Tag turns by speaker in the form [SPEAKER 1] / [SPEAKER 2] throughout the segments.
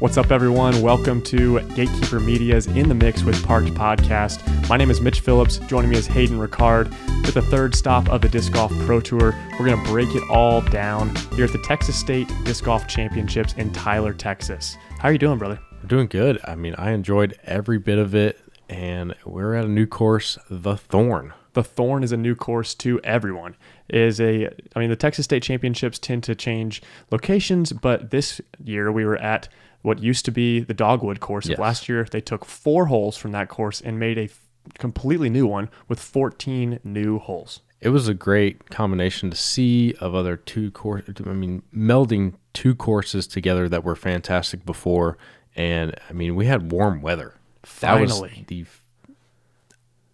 [SPEAKER 1] What's up, everyone? Welcome to Gatekeeper Media's In the Mix with Parked podcast. My name is Mitch Phillips. Joining me is Hayden Ricard. With the third stop of the Disc Golf Pro Tour, we're going to break it all down here at the Texas State Disc Golf Championships in Tyler, Texas. How are you doing, brother?
[SPEAKER 2] We're doing good. I mean, I enjoyed every bit of it, and we're at a new course, the Thorn.
[SPEAKER 1] the thorn is a new course to everyone It is a i mean the texas state championships tend to change locations but this year we were at what used to be the dogwood course of
[SPEAKER 2] Yes.
[SPEAKER 1] last year they took four holes from that course and made a f- completely new one with 14 new holes
[SPEAKER 2] It was a great combination to see of other two course. I mean, melding two courses together that were fantastic before, and I mean, we had warm weather. That was
[SPEAKER 1] Finally.
[SPEAKER 2] the,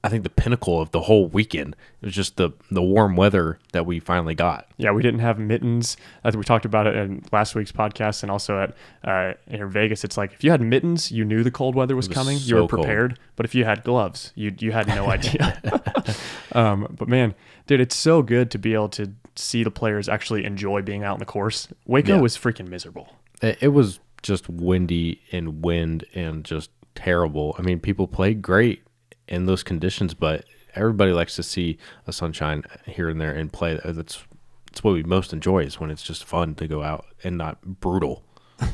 [SPEAKER 2] I think the pinnacle of the whole weekend. It was just the the warm weather that we finally got.
[SPEAKER 1] yeah we didn't have mittens as we talked about it in last week's podcast and also at uh, in vegas it's like if you had mittens you knew the cold weather was, coming you
[SPEAKER 2] so
[SPEAKER 1] were
[SPEAKER 2] cold.
[SPEAKER 1] prepared but if you had gloves you, you had no idea Um, but man, dude, it's so good to be able to see the players actually enjoy being out in the course. Waco
[SPEAKER 2] Yeah.
[SPEAKER 1] was freaking miserable.
[SPEAKER 2] It, it was just windy and wind and just terrible. I mean, people played great in those conditions, but everybody likes to see a sunshine here and there and play. That's that's what we most enjoy is when it's just fun to go out and not brutal.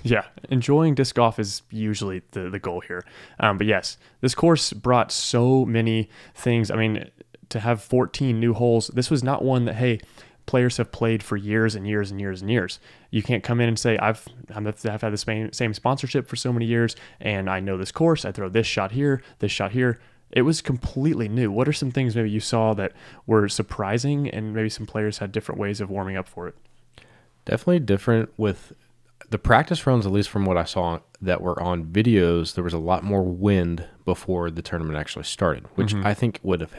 [SPEAKER 1] yeah, enjoying disc golf is usually the, the goal here. Um, but yes, this course brought so many things. I mean, to have 14 new holes, this was not one that, hey, players have played for years and years and years and years. You can't come in and say, I've, I'm- I've had the same, same sponsorship for so many years and I know this course. I throw this shot here, this shot here. It was completely new. What are some things maybe you saw that were surprising and maybe some players had different ways of warming up for it?
[SPEAKER 2] Definitely different with the practice rounds, at least from what I saw that were on videos, there was a lot more wind before the tournament actually started, which I think would have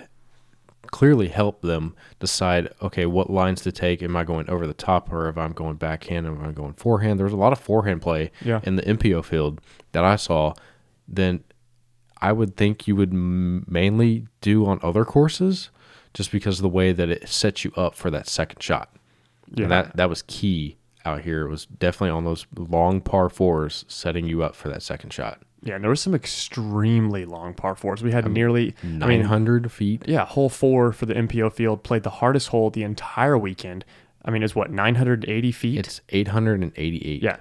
[SPEAKER 2] clearly helped them decide okay, what lines to take. Am I going over the top or if I'm going backhand? Am I going forehand? There was a lot of forehand play
[SPEAKER 1] Yeah.
[SPEAKER 2] in the MPO field that I saw. Then I would think you would m- mainly do on other courses just because of the way that it sets you up for that second shot.
[SPEAKER 1] Yeah.
[SPEAKER 2] And that, that was key out here. It was definitely on those long par fours setting you up for that second shot.
[SPEAKER 1] Yeah, and there was some extremely long par fours. We had nearly, I mean,
[SPEAKER 2] 900 feet.
[SPEAKER 1] yeah, hole four for the MPO field played the hardest hole the entire weekend. I mean, it's what 980 feet.
[SPEAKER 2] It's 888.
[SPEAKER 1] yeah,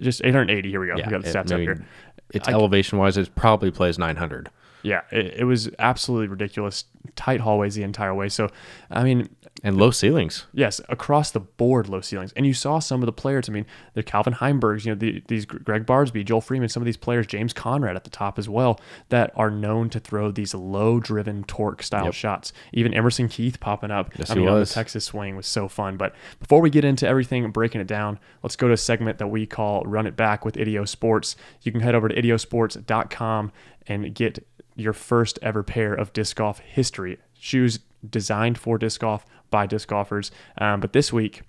[SPEAKER 1] just 880. Here we go. we got the
[SPEAKER 2] it-
[SPEAKER 1] stats
[SPEAKER 2] I
[SPEAKER 1] up
[SPEAKER 2] mean,
[SPEAKER 1] here.
[SPEAKER 2] It's elevation wise, it probably plays 900.
[SPEAKER 1] Yeah, it, it was absolutely ridiculous. Tight hallways the entire way. So, I mean,
[SPEAKER 2] And low ceilings.
[SPEAKER 1] Yes, across the board, low ceilings. And you saw some of the players. I mean, the Calvin Heimbergs, you know, the, these Greg Barsby, Joel Freeman, some of these players, James Conrad at the top as well, that are known to throw these low driven torque style shots. Even Emerson Keith popping up.
[SPEAKER 2] Yes,
[SPEAKER 1] I
[SPEAKER 2] he
[SPEAKER 1] mean, on the
[SPEAKER 2] was.
[SPEAKER 1] Texas swing was so fun. But before we get into everything and breaking it down, let's go to a segment that we call Run It Back with Idio Sports. You can head over to idiosports.com and get your first ever pair of disc golf history shoes designed for disc golf by disc golfers. Um, but this week,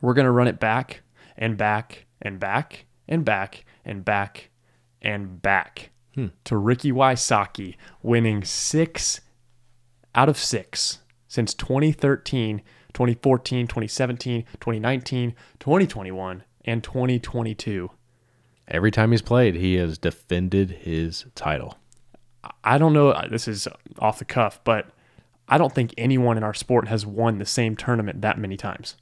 [SPEAKER 1] we're going to run it back and back and back and back and back and back to Ricky Wysocki winning six out of six since 2013, 2014, 2017, 2019, 2021, and 2022.
[SPEAKER 2] Every time he's played, he has defended his title.
[SPEAKER 1] I don't know, uh, this is off the cuff, but I don't think anyone in our sport has won the same tournament that many times.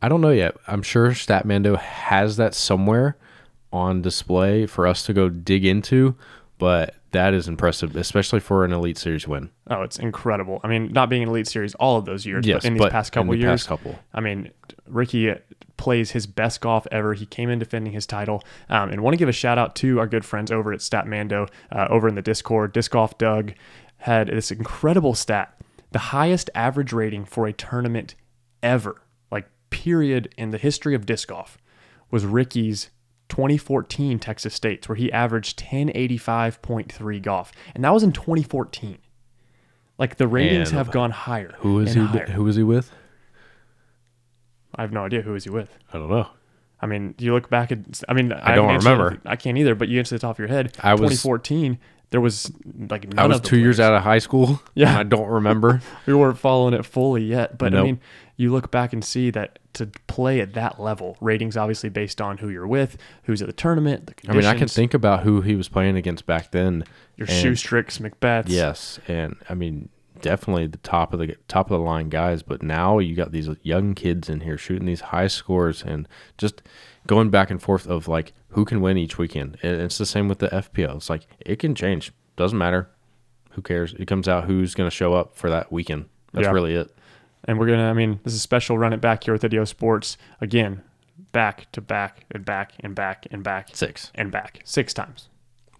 [SPEAKER 2] I don't know yet. I'm sure Statmando has that somewhere on display for us to go dig into, but that is impressive, especially for an Elite Series win.
[SPEAKER 1] Oh, it's incredible. I mean, not being in elite series all of those years,
[SPEAKER 2] Yes,
[SPEAKER 1] but in these
[SPEAKER 2] but
[SPEAKER 1] past
[SPEAKER 2] in
[SPEAKER 1] couple
[SPEAKER 2] the
[SPEAKER 1] years,
[SPEAKER 2] past couple.
[SPEAKER 1] I mean, Ricky plays his best golf ever. He came in defending his title, um, and want to give a shout out to our good friends over at Statmando, uh, over in the Discord. Disc Golf Doug had this incredible stat: the highest average rating for a tournament ever, like period in the history of disc golf, was Ricky's 2014 Texas States, where he averaged 1085.3 golf, and that was in 2014. Like the ratings
[SPEAKER 2] And
[SPEAKER 1] have gone higher.
[SPEAKER 2] Who is
[SPEAKER 1] and
[SPEAKER 2] he?
[SPEAKER 1] higher.
[SPEAKER 2] Who is he with?
[SPEAKER 1] I have no idea who is he with.
[SPEAKER 2] I don't know.
[SPEAKER 1] I mean, you look back at. I mean, I,
[SPEAKER 2] don't
[SPEAKER 1] haven't answered
[SPEAKER 2] remember.
[SPEAKER 1] it. I can't either. But you answer the top of your head.
[SPEAKER 2] I was-
[SPEAKER 1] 2014. There was like none
[SPEAKER 2] I was
[SPEAKER 1] of the
[SPEAKER 2] two years
[SPEAKER 1] players.
[SPEAKER 2] out of high school.
[SPEAKER 1] Yeah.
[SPEAKER 2] and I don't remember.
[SPEAKER 1] We weren't following it fully yet, but I
[SPEAKER 2] Nope.
[SPEAKER 1] mean, you look back and see that to play at that level, ratings obviously based on who you're with, who's at the tournament, the
[SPEAKER 2] I mean,
[SPEAKER 1] conditions.
[SPEAKER 2] I can think about who he was playing against back then.
[SPEAKER 1] your
[SPEAKER 2] and-
[SPEAKER 1] shoestricks, Macbeths.
[SPEAKER 2] Yes, and I mean definitely the top of the top of the line guys, but now you got these young kids in here shooting these high scores and just going back and forth of like who can win each weekend. And it's the same with the FPL. It's like it can change. Doesn't matter. Who cares? It comes out who's going to show up for that weekend. That's
[SPEAKER 1] Yeah.
[SPEAKER 2] really it.
[SPEAKER 1] And we're going to, I mean, this is special run it back here with Video Sports. Again, back to back and back and back and back
[SPEAKER 2] Six.
[SPEAKER 1] and back six times.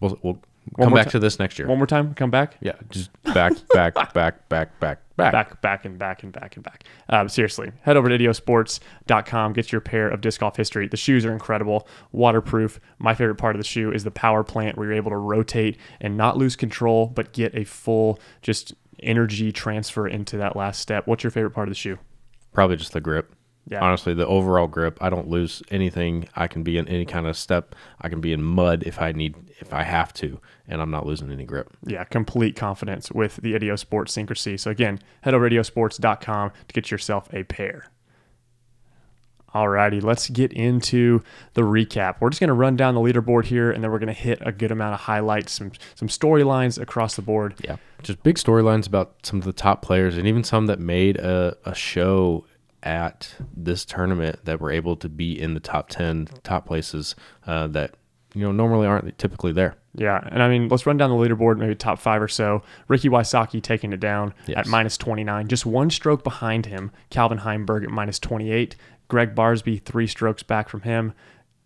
[SPEAKER 2] We'll, we'll
[SPEAKER 1] One
[SPEAKER 2] come
[SPEAKER 1] more
[SPEAKER 2] back
[SPEAKER 1] ti-
[SPEAKER 2] to this next year.
[SPEAKER 1] One more time, come back.
[SPEAKER 2] yeah, just back, back, back, back, back, back.
[SPEAKER 1] back, back, and back, and back, and back. Um, seriously, head over to idiosports.com, get your pair of disc golf history. The shoes are incredible, waterproof. My favorite part of the shoe is the power plant where you're able to rotate and not lose control, but get a full just energy transfer into that last step. What's your favorite part of the shoe?
[SPEAKER 2] Probably just the grip.
[SPEAKER 1] Yeah.
[SPEAKER 2] Honestly, the overall grip. I don't lose anything. I can be in any kind of step. I can be in mud if I need, if I have to, and I'm not losing any grip.
[SPEAKER 1] yeah, complete confidence with the Idiosports Syncrasy. So again, head over to idiosports.com to get yourself a pair. Alrighty, let's get into the recap. We're just going to run down the leaderboard here, and then we're going to hit a good amount of highlights, some some storylines across the board.
[SPEAKER 2] Yeah. Just big storylines about some of the top players and even some that made a, a show at this tournament that were able to be in the top 10 top places uh, that, you know, normally aren't typically there.
[SPEAKER 1] Yeah, and I mean, let's run down the leaderboard, maybe top five or so. Ricky Wysocki taking it down
[SPEAKER 2] Yes.
[SPEAKER 1] at minus 29, just one stroke behind him. Calvin Heimberg at minus 28. Greg Barsby, three strokes back from him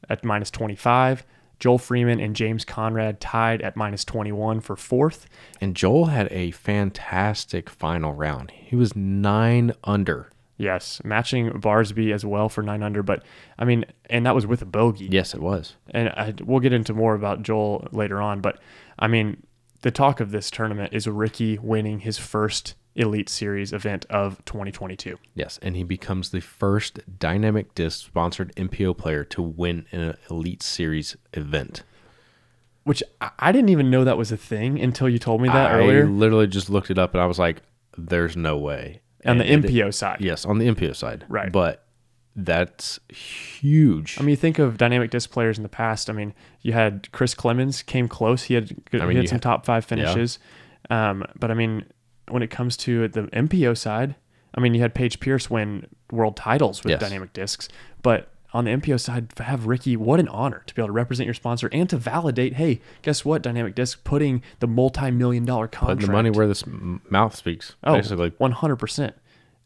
[SPEAKER 1] at minus 25. Joel Freeman and James Conrad tied at minus 21 for fourth.
[SPEAKER 2] And Joel had a fantastic final round. He was nine under.
[SPEAKER 1] Yes, matching Barsby as well for nine under. But I mean, and that was with a bogey.
[SPEAKER 2] Yes, it was.
[SPEAKER 1] and I, we'll get into more about Joel later on, but I mean, the talk of this tournament is Ricky winning his first Elite Series event of 2022.
[SPEAKER 2] Yes, and he becomes the first Dynamic Disc sponsored MPO player to win an Elite Series event.
[SPEAKER 1] Which I- I didn't even know that was a thing until you told me that
[SPEAKER 2] I
[SPEAKER 1] earlier
[SPEAKER 2] literally just looked it up and I was like, there's no way.
[SPEAKER 1] on the
[SPEAKER 2] And it-
[SPEAKER 1] MPO side.
[SPEAKER 2] Yes, on the MPO side.
[SPEAKER 1] Right.
[SPEAKER 2] But that's huge.
[SPEAKER 1] I mean, you think of dynamic disc players in the past. I mean, you had Chris Clemens came close. He had good,
[SPEAKER 2] mean,
[SPEAKER 1] he had
[SPEAKER 2] you
[SPEAKER 1] some
[SPEAKER 2] had-
[SPEAKER 1] top five finishes. Um, but I mean, when it comes to the MPO side, I mean, you had Paige Pierce win world titles with
[SPEAKER 2] Yes.
[SPEAKER 1] dynamic discs. But on the MPO side, to have Ricky, what an honor to be able to represent your sponsor and to validate. Hey, guess what? Dynamic disc putting the multi-million dollar contract.
[SPEAKER 2] Putting the money where this m- mouth speaks,
[SPEAKER 1] Oh,
[SPEAKER 2] basically.
[SPEAKER 1] 100%.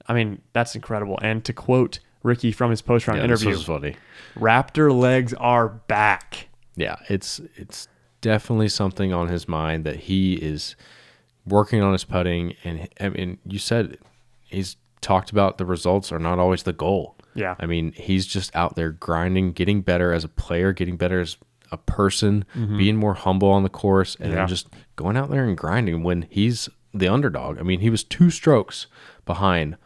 [SPEAKER 1] I mean, that's incredible. And to quote Ricky from his post-round
[SPEAKER 2] Yeah, this
[SPEAKER 1] interview,
[SPEAKER 2] was funny.
[SPEAKER 1] Raptor legs are back.
[SPEAKER 2] yeah, it's it's definitely something on his mind that he is working on his putting, and I mean, you said he's talked about the results are not always the goal.
[SPEAKER 1] Yeah.
[SPEAKER 2] I mean, he's just out there grinding, getting better as a player, getting better as a person, being more humble on the course, and
[SPEAKER 1] Mm-hmm. Yeah.
[SPEAKER 2] then just going out there and grinding when he's the underdog. I mean, he was two strokes behind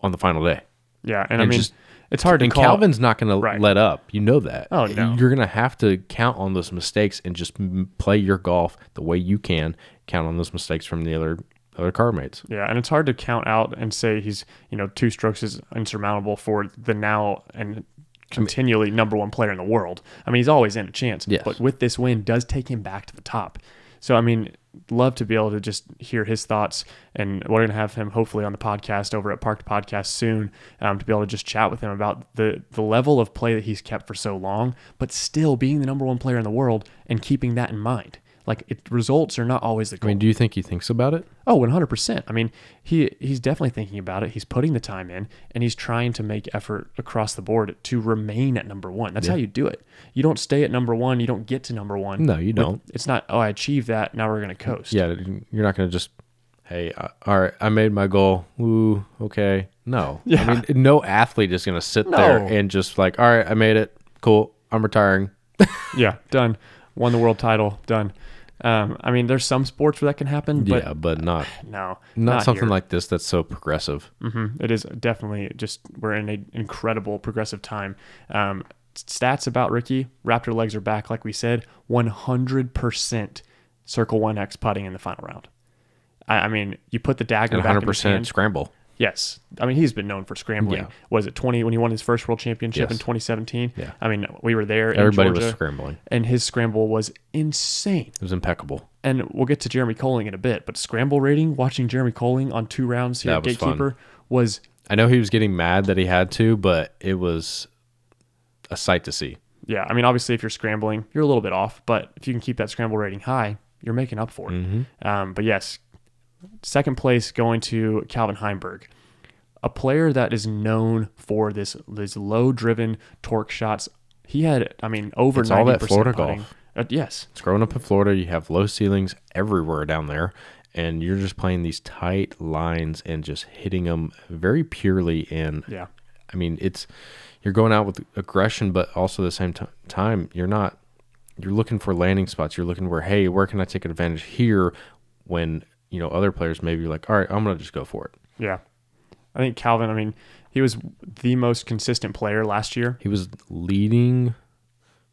[SPEAKER 2] on the final day.
[SPEAKER 1] Yeah, and, I
[SPEAKER 2] And
[SPEAKER 1] mean,
[SPEAKER 2] just-
[SPEAKER 1] it's hard to
[SPEAKER 2] And
[SPEAKER 1] call.
[SPEAKER 2] Calvin's not going
[SPEAKER 1] Right.
[SPEAKER 2] to let up. You know that.
[SPEAKER 1] Oh, no.
[SPEAKER 2] You're going to have to count on those mistakes and just m- play your golf the way you can. Count on those mistakes from the other other car mates.
[SPEAKER 1] Yeah, and it's hard to count out and say he's you know two strokes is insurmountable for the now and continually number one player in the world. I mean, he's always in a chance.
[SPEAKER 2] Yes.
[SPEAKER 1] But with this win, does take him back to the top. So I mean, love to be able to just hear his thoughts, and we're gonna have him hopefully on the podcast over at Parked Podcast soon um, to be able to just chat with him about the the level of play that he's kept for so long, but still being the number one player in the world and keeping that in mind. Like it, results are not always the
[SPEAKER 2] I
[SPEAKER 1] goal.
[SPEAKER 2] mean, do you think he thinks about it?
[SPEAKER 1] Oh, 100%. I mean, he he's definitely thinking about it. He's putting the time in and he's trying to make effort across the board to remain at number 1. That's how you do it. You don't stay at number 1, you don't get to number 1.
[SPEAKER 2] No, you don't.
[SPEAKER 1] It's not, oh, I achieved that, now we're going to coast.
[SPEAKER 2] Yeah, you're not going to just, hey, uh, all right, I made my goal. Ooh, okay. No. I mean, no athlete is going to sit there
[SPEAKER 1] No.
[SPEAKER 2] and just like, all right, I made it. Cool. I'm retiring.
[SPEAKER 1] Yeah, done. Won the world title, done. Um, I mean, there's some sports where that can happen, but
[SPEAKER 2] yeah, but not
[SPEAKER 1] no.
[SPEAKER 2] not, something
[SPEAKER 1] here.
[SPEAKER 2] like this that's so progressive.
[SPEAKER 1] Mhm. It is definitely just we're in an incredible progressive time. Um, stats about Ricky Raptor legs are back, like we said, 100% circle 1x putting in the final round. I, I mean, you put the dagger
[SPEAKER 2] and
[SPEAKER 1] back in
[SPEAKER 2] hundred
[SPEAKER 1] his
[SPEAKER 2] percent
[SPEAKER 1] hand.
[SPEAKER 2] scramble.
[SPEAKER 1] Yes. I mean, he's been known for scrambling.
[SPEAKER 2] Yeah.
[SPEAKER 1] Was it 20 when he won his first world championship in
[SPEAKER 2] Yes.
[SPEAKER 1] 2017?
[SPEAKER 2] Yeah.
[SPEAKER 1] I mean, we were there.
[SPEAKER 2] Everybody
[SPEAKER 1] in Georgia,
[SPEAKER 2] was scrambling.
[SPEAKER 1] And his scramble was insane.
[SPEAKER 2] It was impeccable.
[SPEAKER 1] And we'll get to Jeremy Colling in a bit, but scramble rating, watching Jeremy Colling on two rounds here
[SPEAKER 2] That
[SPEAKER 1] at
[SPEAKER 2] was fun.
[SPEAKER 1] Gatekeeper was
[SPEAKER 2] I know he was getting mad that he had to, but it was a sight to see.
[SPEAKER 1] Yeah, I mean, obviously, if you're scrambling, you're a little bit off, but if you can keep that scramble rating high, you're making up for it.
[SPEAKER 2] Mm-hmm.
[SPEAKER 1] Um, but yes, second place going to Calvin Heinberg, a player that is known for this these low driven torque shots. He had, I mean, over
[SPEAKER 2] It's all
[SPEAKER 1] ninety
[SPEAKER 2] that
[SPEAKER 1] percent
[SPEAKER 2] Florida
[SPEAKER 1] putting.
[SPEAKER 2] golf.
[SPEAKER 1] Uh, yes,
[SPEAKER 2] It's growing up in Florida. You have low ceilings everywhere down there, and you're just playing these tight lines and just hitting them very purely. And
[SPEAKER 1] yeah,
[SPEAKER 2] I mean, it's you're going out with aggression, but also at the same t- time, you're not. You're looking for landing spots. You're looking where, hey, where can I take advantage here? When you know other players maybe are like, all right, I'm gonna just go for it.
[SPEAKER 1] yeah. I think Calvin. I mean, he was the most consistent player last year.
[SPEAKER 2] He was leading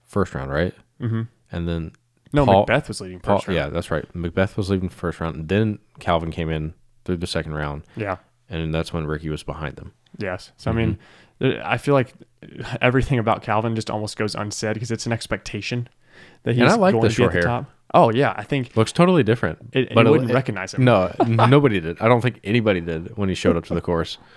[SPEAKER 2] first round, right?
[SPEAKER 1] Mm-hmm.
[SPEAKER 2] And then
[SPEAKER 1] No,
[SPEAKER 2] Paul-
[SPEAKER 1] Macbeth was leading
[SPEAKER 2] Paul,
[SPEAKER 1] first round.
[SPEAKER 2] yeah, that's right. Macbeth was leading first round, and then Calvin came in through the second round.
[SPEAKER 1] yeah.
[SPEAKER 2] and that's when Ricky was behind them.
[SPEAKER 1] Yes. So
[SPEAKER 2] Mm-hmm.
[SPEAKER 1] I mean, th- I feel like everything about Calvin just almost goes unsaid because it's an expectation that he's
[SPEAKER 2] And I like
[SPEAKER 1] going
[SPEAKER 2] the
[SPEAKER 1] to be at
[SPEAKER 2] short
[SPEAKER 1] the
[SPEAKER 2] hair.
[SPEAKER 1] top. Oh yeah, I think
[SPEAKER 2] Looks totally different.
[SPEAKER 1] it, you
[SPEAKER 2] but it-
[SPEAKER 1] wouldn't
[SPEAKER 2] it-
[SPEAKER 1] recognize him.
[SPEAKER 2] No, nobody did. I don't think anybody did when he showed up to the course.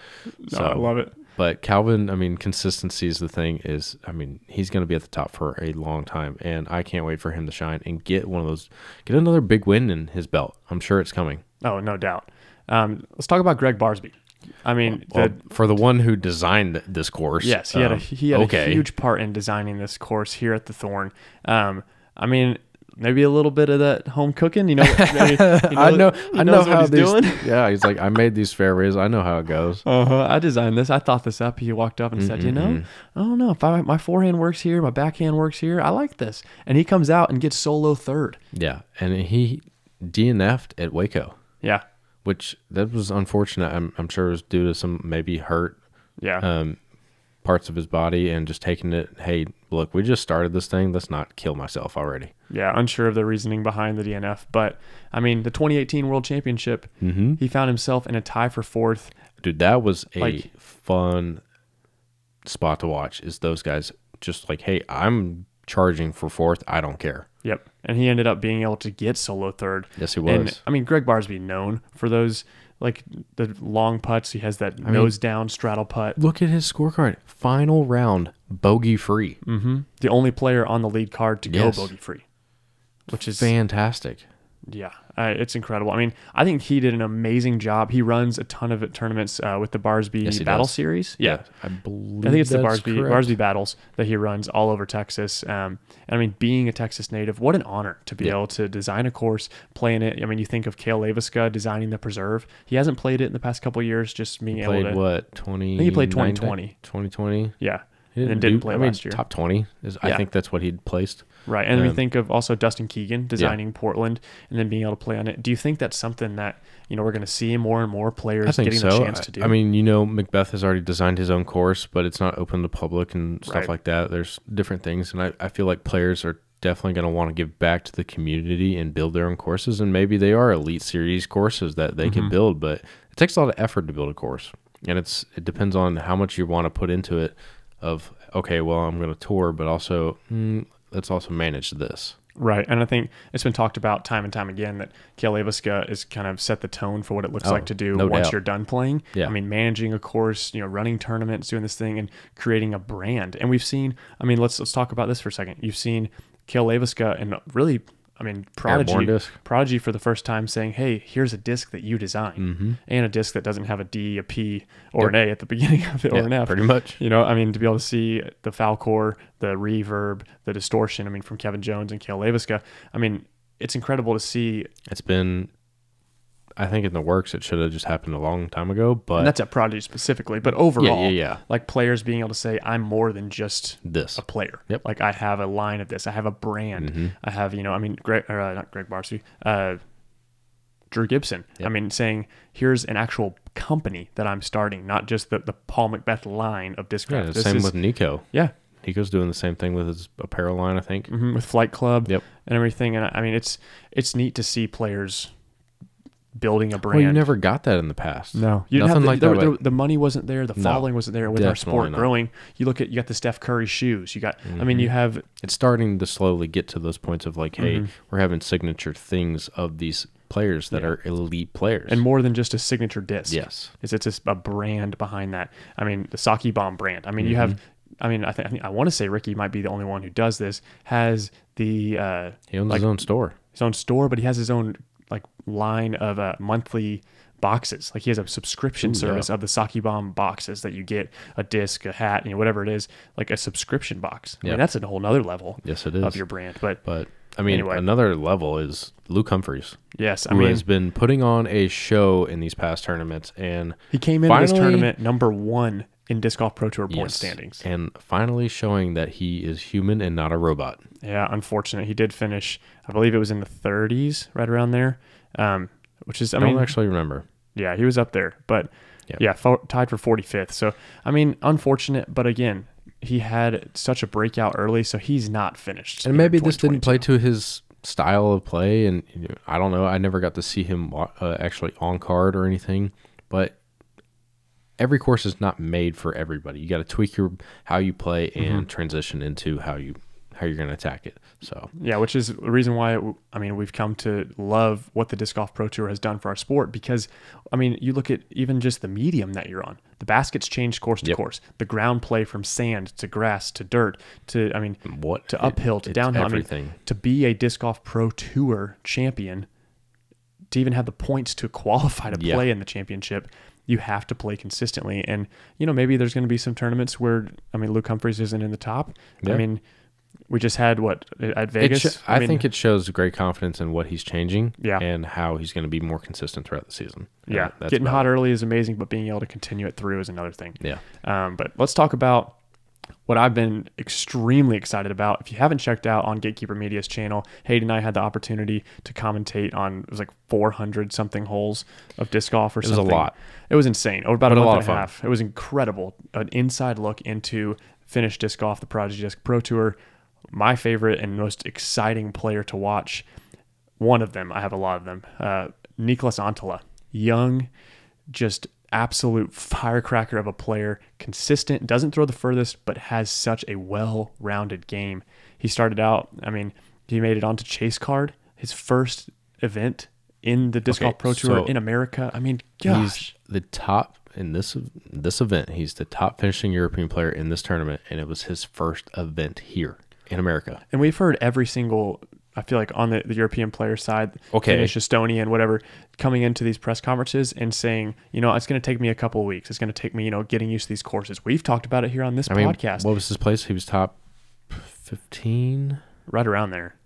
[SPEAKER 1] No, I love it.
[SPEAKER 2] But Calvin, I mean, consistency is the thing. Is I mean, he's going to be at the top for a long time, and I can't wait for him to shine and get one of those, get another big win in his belt. I'm sure it's coming.
[SPEAKER 1] Oh, no doubt. Um, let's talk about Greg Barsby. I mean,
[SPEAKER 2] Well,
[SPEAKER 1] the,
[SPEAKER 2] for the one who designed this course,
[SPEAKER 1] Yes, he had a
[SPEAKER 2] um,
[SPEAKER 1] he had
[SPEAKER 2] okay.
[SPEAKER 1] a huge part in designing this course here at the Thorn. Um, I mean, maybe a little bit of that home cooking. You know, I,
[SPEAKER 2] I know, I know how
[SPEAKER 1] he's
[SPEAKER 2] these,
[SPEAKER 1] doing.
[SPEAKER 2] Yeah, he's like, I made these fairways. I know how it goes.
[SPEAKER 1] Uh-huh. I designed this. I thought this up. He walked up and said, "You know, I don't know if I, my forehand works here, my backhand works here. I like this." And he comes out and gets solo third.
[SPEAKER 2] Yeah, and he DNF'd at Waco.
[SPEAKER 1] Yeah,
[SPEAKER 2] which that was unfortunate. I'm, I'm sure it was due to some maybe hurt
[SPEAKER 1] yeah,
[SPEAKER 2] um, parts of his body and just taking it. Hey, look, we just started this thing. Let's not kill myself already.
[SPEAKER 1] yeah. Unsure of the reasoning behind the DNF, but I mean, the 2018 World Championship,
[SPEAKER 2] Mm-hmm.
[SPEAKER 1] he found himself in a tie for fourth.
[SPEAKER 2] Dude, that was a
[SPEAKER 1] Like-
[SPEAKER 2] fun spot to watch. Is those guys just like, hey, I'm charging for fourth. I don't care.
[SPEAKER 1] Yep, and he ended up being able to get solo third.
[SPEAKER 2] Yes, he was.
[SPEAKER 1] And I mean, Greg Barsby known for those like the long putts. He has that nose down straddle putt.
[SPEAKER 2] look at his scorecard. Final round, bogey free.
[SPEAKER 1] hmm The only player on the lead card to
[SPEAKER 2] Yes.
[SPEAKER 1] go bogey free, which is
[SPEAKER 2] Fantastic.
[SPEAKER 1] Yeah, uh, it's incredible. I mean, I think he did an amazing job. He runs a ton of tournaments uh, with the Barsby
[SPEAKER 2] Yes, he
[SPEAKER 1] Battle
[SPEAKER 2] does.
[SPEAKER 1] Series. Yeah.
[SPEAKER 2] I believe.
[SPEAKER 1] I think it's the
[SPEAKER 2] that's
[SPEAKER 1] Barsby
[SPEAKER 2] correct.
[SPEAKER 1] Barsby battles that he runs all over Texas. Um, and I mean, being a Texas native, what an honor to be able to design a course, play in it. I mean, you think of Kale Laviska designing the Preserve. He hasn't played it in the past couple of years. Just being able to,
[SPEAKER 2] Played what? 20
[SPEAKER 1] he played 2020.
[SPEAKER 2] 2020.
[SPEAKER 1] yeah, and then didn't play last year.
[SPEAKER 2] Top twenty is
[SPEAKER 1] Yeah.
[SPEAKER 2] I think that's what he'd placed.
[SPEAKER 1] Right. And
[SPEAKER 2] Um,
[SPEAKER 1] then we think of also Dustin Keegan designing Portland and then being able to play on it. Do you think that's something that, you know, we're going to see more and more players
[SPEAKER 2] I think
[SPEAKER 1] getting
[SPEAKER 2] so.
[SPEAKER 1] the chance
[SPEAKER 2] I-
[SPEAKER 1] to do?
[SPEAKER 2] I mean, you know, Macbeth has already designed his own course, but it's not open to public and stuff
[SPEAKER 1] Right.
[SPEAKER 2] like that. There's different things, and I, I feel like players are definitely going to want to give back to the community and build their own courses, and maybe they are elite series courses that they
[SPEAKER 1] Mm-hmm.
[SPEAKER 2] can build, but it takes a lot of effort to build a course, and it's it depends on how much you want to put into it. Of okay, well, I'm going to tour, but also mm, let's also manage this.
[SPEAKER 1] Right. And I think it's been talked about time and time again that Kale Laviska has kind of set the tone for what it looks like to do
[SPEAKER 2] Oh, no
[SPEAKER 1] once
[SPEAKER 2] doubt.
[SPEAKER 1] you're done playing.
[SPEAKER 2] Yeah.
[SPEAKER 1] I mean, managing a course, you know, running tournaments, doing this thing and creating a brand. And we've seen, I mean, let's let's talk about this for a second. You've seen Kale Laviska and really I mean,
[SPEAKER 2] Airborne
[SPEAKER 1] Prodigy,
[SPEAKER 2] disc.
[SPEAKER 1] Prodigy for the first time saying, "Hey, here's a disc that you design,
[SPEAKER 2] Mm-hmm.
[SPEAKER 1] and a disc that doesn't have a D, a P, or an A at the beginning of it, or an F."
[SPEAKER 2] pretty much.
[SPEAKER 1] You know, I mean, to be able to see the Falcor, the reverb, the distortion, I mean, from Kevin Jones and Kale Laviska, I mean, it's incredible to see.
[SPEAKER 2] It's been, I think, in the works. It should have just happened a long time ago, but
[SPEAKER 1] And that's at Prodigy specifically, but overall,
[SPEAKER 2] yeah, yeah.
[SPEAKER 1] like players being able to say, I'm more than just
[SPEAKER 2] this.
[SPEAKER 1] a player.
[SPEAKER 2] Yep. Mm-hmm.
[SPEAKER 1] Like, I have a line of this, I have a brand, I have, you know, I mean, Greg, or, uh, not Greg Barcy, uh, Drew Gibson. I mean, saying, here's an actual company that I'm starting, not just the, the Paul Macbeth line of disc
[SPEAKER 2] Yeah,
[SPEAKER 1] golf.
[SPEAKER 2] the
[SPEAKER 1] This
[SPEAKER 2] same
[SPEAKER 1] is-
[SPEAKER 2] with Nico.
[SPEAKER 1] yeah.
[SPEAKER 2] Nico's doing the same thing with his apparel line, I think.
[SPEAKER 1] hmm with Flight Club
[SPEAKER 2] Yep.
[SPEAKER 1] and everything. And I I mean, it's it's neat to see players building a brand.
[SPEAKER 2] Well, you never got that in the past.
[SPEAKER 1] No, you didn't
[SPEAKER 2] Nothing
[SPEAKER 1] have the,
[SPEAKER 2] like
[SPEAKER 1] there-
[SPEAKER 2] that,
[SPEAKER 1] there-
[SPEAKER 2] but-
[SPEAKER 1] the money wasn't there. The
[SPEAKER 2] No,
[SPEAKER 1] following wasn't there with our sport
[SPEAKER 2] definitely not. Mm-hmm.
[SPEAKER 1] growing. You look at you got the Steph Curry shoes. You got. I mean, you have
[SPEAKER 2] It's starting to slowly get to those points of like, hey,
[SPEAKER 1] Mm-hmm.
[SPEAKER 2] we're having signature things of these players that are elite players.
[SPEAKER 1] and more than just a signature disc.
[SPEAKER 2] yes.
[SPEAKER 1] It's it's just a brand behind that. I mean, the Saki Bomb brand. I mean, you
[SPEAKER 2] Mm-hmm.
[SPEAKER 1] have. I mean, I think I, think- I want to say Ricky might be the only one who does this. Has the uh,
[SPEAKER 2] He owns
[SPEAKER 1] like
[SPEAKER 2] his own store.
[SPEAKER 1] his own store, but he has his own like line of uh, monthly boxes. Like he has a subscription service of the Saki Bomb boxes that you get a disc, a hat, you know, whatever it is, like a subscription box. I
[SPEAKER 2] Yeah.
[SPEAKER 1] mean, that's a whole nother level
[SPEAKER 2] Yes, it
[SPEAKER 1] of
[SPEAKER 2] is.
[SPEAKER 1] your brand. But
[SPEAKER 2] but I mean,
[SPEAKER 1] Anyway.
[SPEAKER 2] another level is Luke Humphreys,
[SPEAKER 1] yes, I
[SPEAKER 2] who
[SPEAKER 1] mean,
[SPEAKER 2] has been putting on a show in these past tournaments and
[SPEAKER 1] he came into this
[SPEAKER 2] finally-
[SPEAKER 1] tournament number one in disc golf pro tour point
[SPEAKER 2] Yes.
[SPEAKER 1] standings.
[SPEAKER 2] and finally showing that he is human and not a robot.
[SPEAKER 1] Yeah, unfortunate. He did finish, I believe it was in the 30s, right around there. Um, which is, I
[SPEAKER 2] I don't
[SPEAKER 1] mean,
[SPEAKER 2] actually remember.
[SPEAKER 1] Yeah, he was up there, but
[SPEAKER 2] Yeah.
[SPEAKER 1] yeah, fo- tied for 45th. So, I mean, unfortunate, but again, he had such a breakout early, so he's not finished.
[SPEAKER 2] And
[SPEAKER 1] here
[SPEAKER 2] maybe
[SPEAKER 1] in
[SPEAKER 2] this didn't
[SPEAKER 1] 2022.
[SPEAKER 2] play to his style of play, and you know, I don't know. I never got to see him wa- uh, actually on card or anything, but every course is not made for everybody. You got to tweak your how you play and transition into how you how you're going to attack it. So
[SPEAKER 1] Yeah, which is the reason why I mean we've come to love what the disc golf pro tour has done for our sport because I mean you look at even just the medium that you're on. The baskets change course to
[SPEAKER 2] Yep.
[SPEAKER 1] course. The ground play from sand to grass to dirt to I mean
[SPEAKER 2] what
[SPEAKER 1] to uphill to
[SPEAKER 2] it's
[SPEAKER 1] downhill. I
[SPEAKER 2] everything.
[SPEAKER 1] mean, to be a disc golf pro tour champion, to even have the points to qualify to
[SPEAKER 2] Yeah.
[SPEAKER 1] play in the championship, you have to play consistently. And you know maybe there's going to be some tournaments where I mean Luke Humphreys isn't in the top. I
[SPEAKER 2] Yeah.
[SPEAKER 1] mean. We just had what at
[SPEAKER 2] It
[SPEAKER 1] Vegas.
[SPEAKER 2] sho- I,
[SPEAKER 1] mean-
[SPEAKER 2] think it shows great confidence in what he's changing
[SPEAKER 1] Yeah.
[SPEAKER 2] and how he's going to be more consistent throughout the season. And
[SPEAKER 1] Yeah,
[SPEAKER 2] that's
[SPEAKER 1] getting
[SPEAKER 2] about
[SPEAKER 1] hot
[SPEAKER 2] it.
[SPEAKER 1] early is amazing, but being able to continue it through is another thing.
[SPEAKER 2] Yeah.
[SPEAKER 1] Um, but let's talk about what I've been extremely excited about. If you haven't checked out on Gatekeeper Media's channel, Hayden and I had the opportunity to commentate on it was like 400 something holes of disc golf or
[SPEAKER 2] was a
[SPEAKER 1] something.
[SPEAKER 2] lot.
[SPEAKER 1] It was insane. Over about
[SPEAKER 2] But
[SPEAKER 1] a
[SPEAKER 2] a
[SPEAKER 1] month
[SPEAKER 2] lot
[SPEAKER 1] and
[SPEAKER 2] of
[SPEAKER 1] a
[SPEAKER 2] fun.
[SPEAKER 1] half. It was incredible. An inside look into Finnish disc golf, the Prodigy Disc Pro Tour. My favorite and most exciting player to watch one of them. I have a lot of them. Uh, Nicholas Antola, young, just absolute firecracker of a player, consistent, doesn't throw the furthest, but has such a well rounded game. He started out, I mean, he made it onto Chase Card, his first event in the Disc
[SPEAKER 2] Okay,
[SPEAKER 1] Golf Pro Tour
[SPEAKER 2] so
[SPEAKER 1] in America. I mean, gosh.
[SPEAKER 2] He's the top in this this event. He's the top finishing European player in this tournament, and it was his first event here in America.
[SPEAKER 1] And we've heard every single, I feel like on the, the European player side,
[SPEAKER 2] Okay.
[SPEAKER 1] Finnish, Estonian, whatever, coming into these press conferences and saying, you know, it's going to take me a couple of weeks. It's going to take me, you know, getting used to these courses. We've talked about it here on this
[SPEAKER 2] I mean,
[SPEAKER 1] podcast,
[SPEAKER 2] what was his place? He was top fifteen.
[SPEAKER 1] right around there.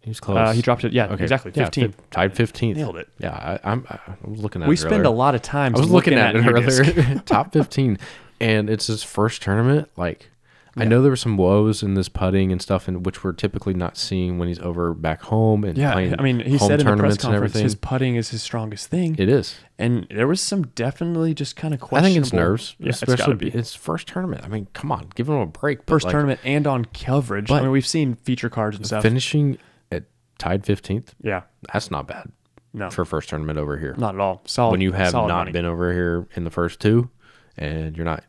[SPEAKER 2] He was close.
[SPEAKER 1] Uh, he dropped it. Yeah,
[SPEAKER 2] Okay.
[SPEAKER 1] exactly.
[SPEAKER 2] Yeah,
[SPEAKER 1] 15.
[SPEAKER 2] fif- tied fifteenth.
[SPEAKER 1] Nailed it.
[SPEAKER 2] Yeah, I, I'm. I was looking at.
[SPEAKER 1] we
[SPEAKER 2] it
[SPEAKER 1] spend
[SPEAKER 2] earlier.
[SPEAKER 1] a lot of time
[SPEAKER 2] I was looking, at, it
[SPEAKER 1] your disc.
[SPEAKER 2] earlier. Top 15. And it's his first tournament. Like, I know there were some woes in this putting and stuff, and which we're typically not seeing when he's over back home and
[SPEAKER 1] Yeah.
[SPEAKER 2] playing
[SPEAKER 1] I mean, he
[SPEAKER 2] home
[SPEAKER 1] said in the press
[SPEAKER 2] tournaments and
[SPEAKER 1] conference
[SPEAKER 2] everything.
[SPEAKER 1] his putting is his strongest thing.
[SPEAKER 2] it is.
[SPEAKER 1] and there was some definitely just kind of
[SPEAKER 2] I
[SPEAKER 1] questionable.
[SPEAKER 2] think it's nerves,
[SPEAKER 1] Yeah, it's gotta
[SPEAKER 2] especially
[SPEAKER 1] be.
[SPEAKER 2] his first tournament. I mean, come on, give him a break. but,
[SPEAKER 1] First
[SPEAKER 2] like,
[SPEAKER 1] tournament and on coverage. I
[SPEAKER 2] But-
[SPEAKER 1] mean, we've seen feature cards and stuff.
[SPEAKER 2] finishing at tied 15th.
[SPEAKER 1] yeah.
[SPEAKER 2] That's not bad
[SPEAKER 1] No.
[SPEAKER 2] for first tournament over here.
[SPEAKER 1] Not at all. Solid.
[SPEAKER 2] when you have
[SPEAKER 1] solid
[SPEAKER 2] not
[SPEAKER 1] money.
[SPEAKER 2] been over here in the first two and you're not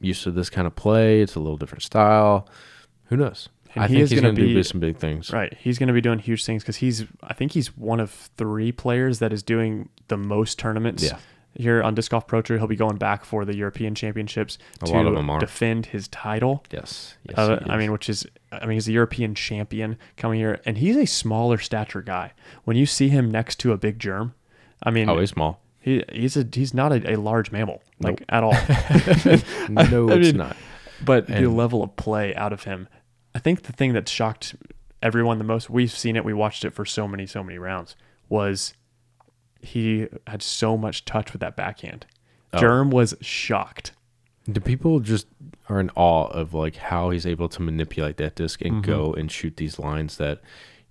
[SPEAKER 2] used to this kind of play, it's a little different style. Who knows?
[SPEAKER 1] And
[SPEAKER 2] I
[SPEAKER 1] he
[SPEAKER 2] think
[SPEAKER 1] is
[SPEAKER 2] he's
[SPEAKER 1] gonna
[SPEAKER 2] going to
[SPEAKER 1] be-
[SPEAKER 2] do some big things.
[SPEAKER 1] Right. He's going to be doing huge things because he's, I think he's one of three players that is doing the most tournaments
[SPEAKER 2] Yeah.
[SPEAKER 1] here on Disc Golf Pro Tour. He'll be going back for the European Championships
[SPEAKER 2] A
[SPEAKER 1] to
[SPEAKER 2] lot of them are.
[SPEAKER 1] defend his title.
[SPEAKER 2] Yes. yes
[SPEAKER 1] Uh,
[SPEAKER 2] he
[SPEAKER 1] I
[SPEAKER 2] is.
[SPEAKER 1] mean, which is, I mean, he's a European champion coming here, and he's a smaller stature guy. When you see him next to a big germ, I mean,
[SPEAKER 2] oh, he's small.
[SPEAKER 1] he, he's a he's not a, a large mammal like at all.
[SPEAKER 2] No,
[SPEAKER 1] I
[SPEAKER 2] it's
[SPEAKER 1] mean-
[SPEAKER 2] not.
[SPEAKER 1] but the level of play out of him, I think the thing that shocked everyone the most, we've seen it, we watched it for so many, so many rounds, was he had so much touch with that backhand.
[SPEAKER 2] Oh.
[SPEAKER 1] Germ was shocked.
[SPEAKER 2] Do people just are in awe of like how he's able to manipulate that disc and
[SPEAKER 1] Mm-hmm.
[SPEAKER 2] go and shoot these lines that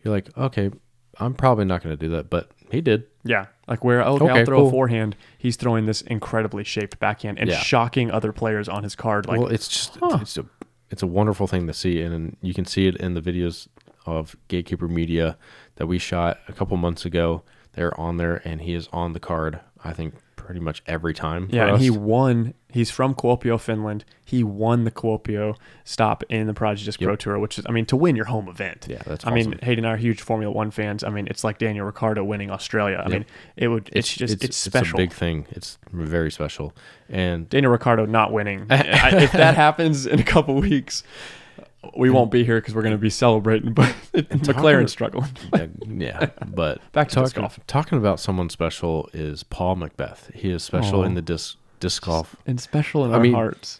[SPEAKER 2] you're like, okay, I'm probably not going to do that, but he did.
[SPEAKER 1] Yeah. Like where oh, okay, I'll
[SPEAKER 2] Okay,
[SPEAKER 1] throw a
[SPEAKER 2] cool.
[SPEAKER 1] forehand, he's throwing this incredibly shaped backhand and
[SPEAKER 2] Yeah.
[SPEAKER 1] shocking other players on his card like
[SPEAKER 2] well, it's just it's a it's a wonderful thing to see, and you can see it in the videos of Gatekeeper Media that we shot a couple months ago. They're on there, and he is on the card. I think pretty much every time. for
[SPEAKER 1] Yeah, and
[SPEAKER 2] us.
[SPEAKER 1] he won. He's from Kuopio, Finland. He won the Kuopio stop in the Prodigious Pro Tour, which is, I mean, to win your home event.
[SPEAKER 2] Yeah, that's
[SPEAKER 1] I mean, Hayden and I are huge Formula One fans. I mean, it's like Daniel Ricciardo winning Australia. I mean, it would. It's, just it's, special.
[SPEAKER 2] a big thing. It's very special, and
[SPEAKER 1] Daniel Ricciardo not winning. I, if that happens in a couple weeks, we won't be here because we're going to be celebrating. But McLaren
[SPEAKER 2] talking-
[SPEAKER 1] struggling.
[SPEAKER 2] yeah, yeah, but
[SPEAKER 1] Back to
[SPEAKER 2] talking,
[SPEAKER 1] disc golf.
[SPEAKER 2] talking about someone special is Paul Macbeth. He is special in the disc disc golf.
[SPEAKER 1] and special in our
[SPEAKER 2] mean-
[SPEAKER 1] hearts.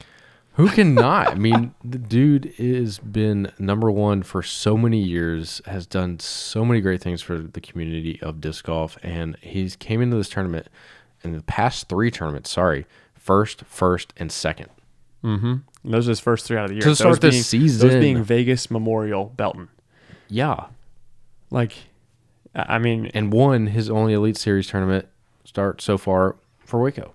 [SPEAKER 2] Who can not? I mean, the dude has been number one for so many years, has done so many great things for the community of disc golf, and he's came into this tournament in the past three tournaments. Sorry, first, first, and second.
[SPEAKER 1] mm-hmm. And those are his first three out of the year.
[SPEAKER 2] To
[SPEAKER 1] Those
[SPEAKER 2] start this
[SPEAKER 1] being- Those
[SPEAKER 2] season.
[SPEAKER 1] being Vegas, Memorial, Belton.
[SPEAKER 2] Yeah,
[SPEAKER 1] Like, I I mean,
[SPEAKER 2] and won his only Elite Series tournament start so far for Waco.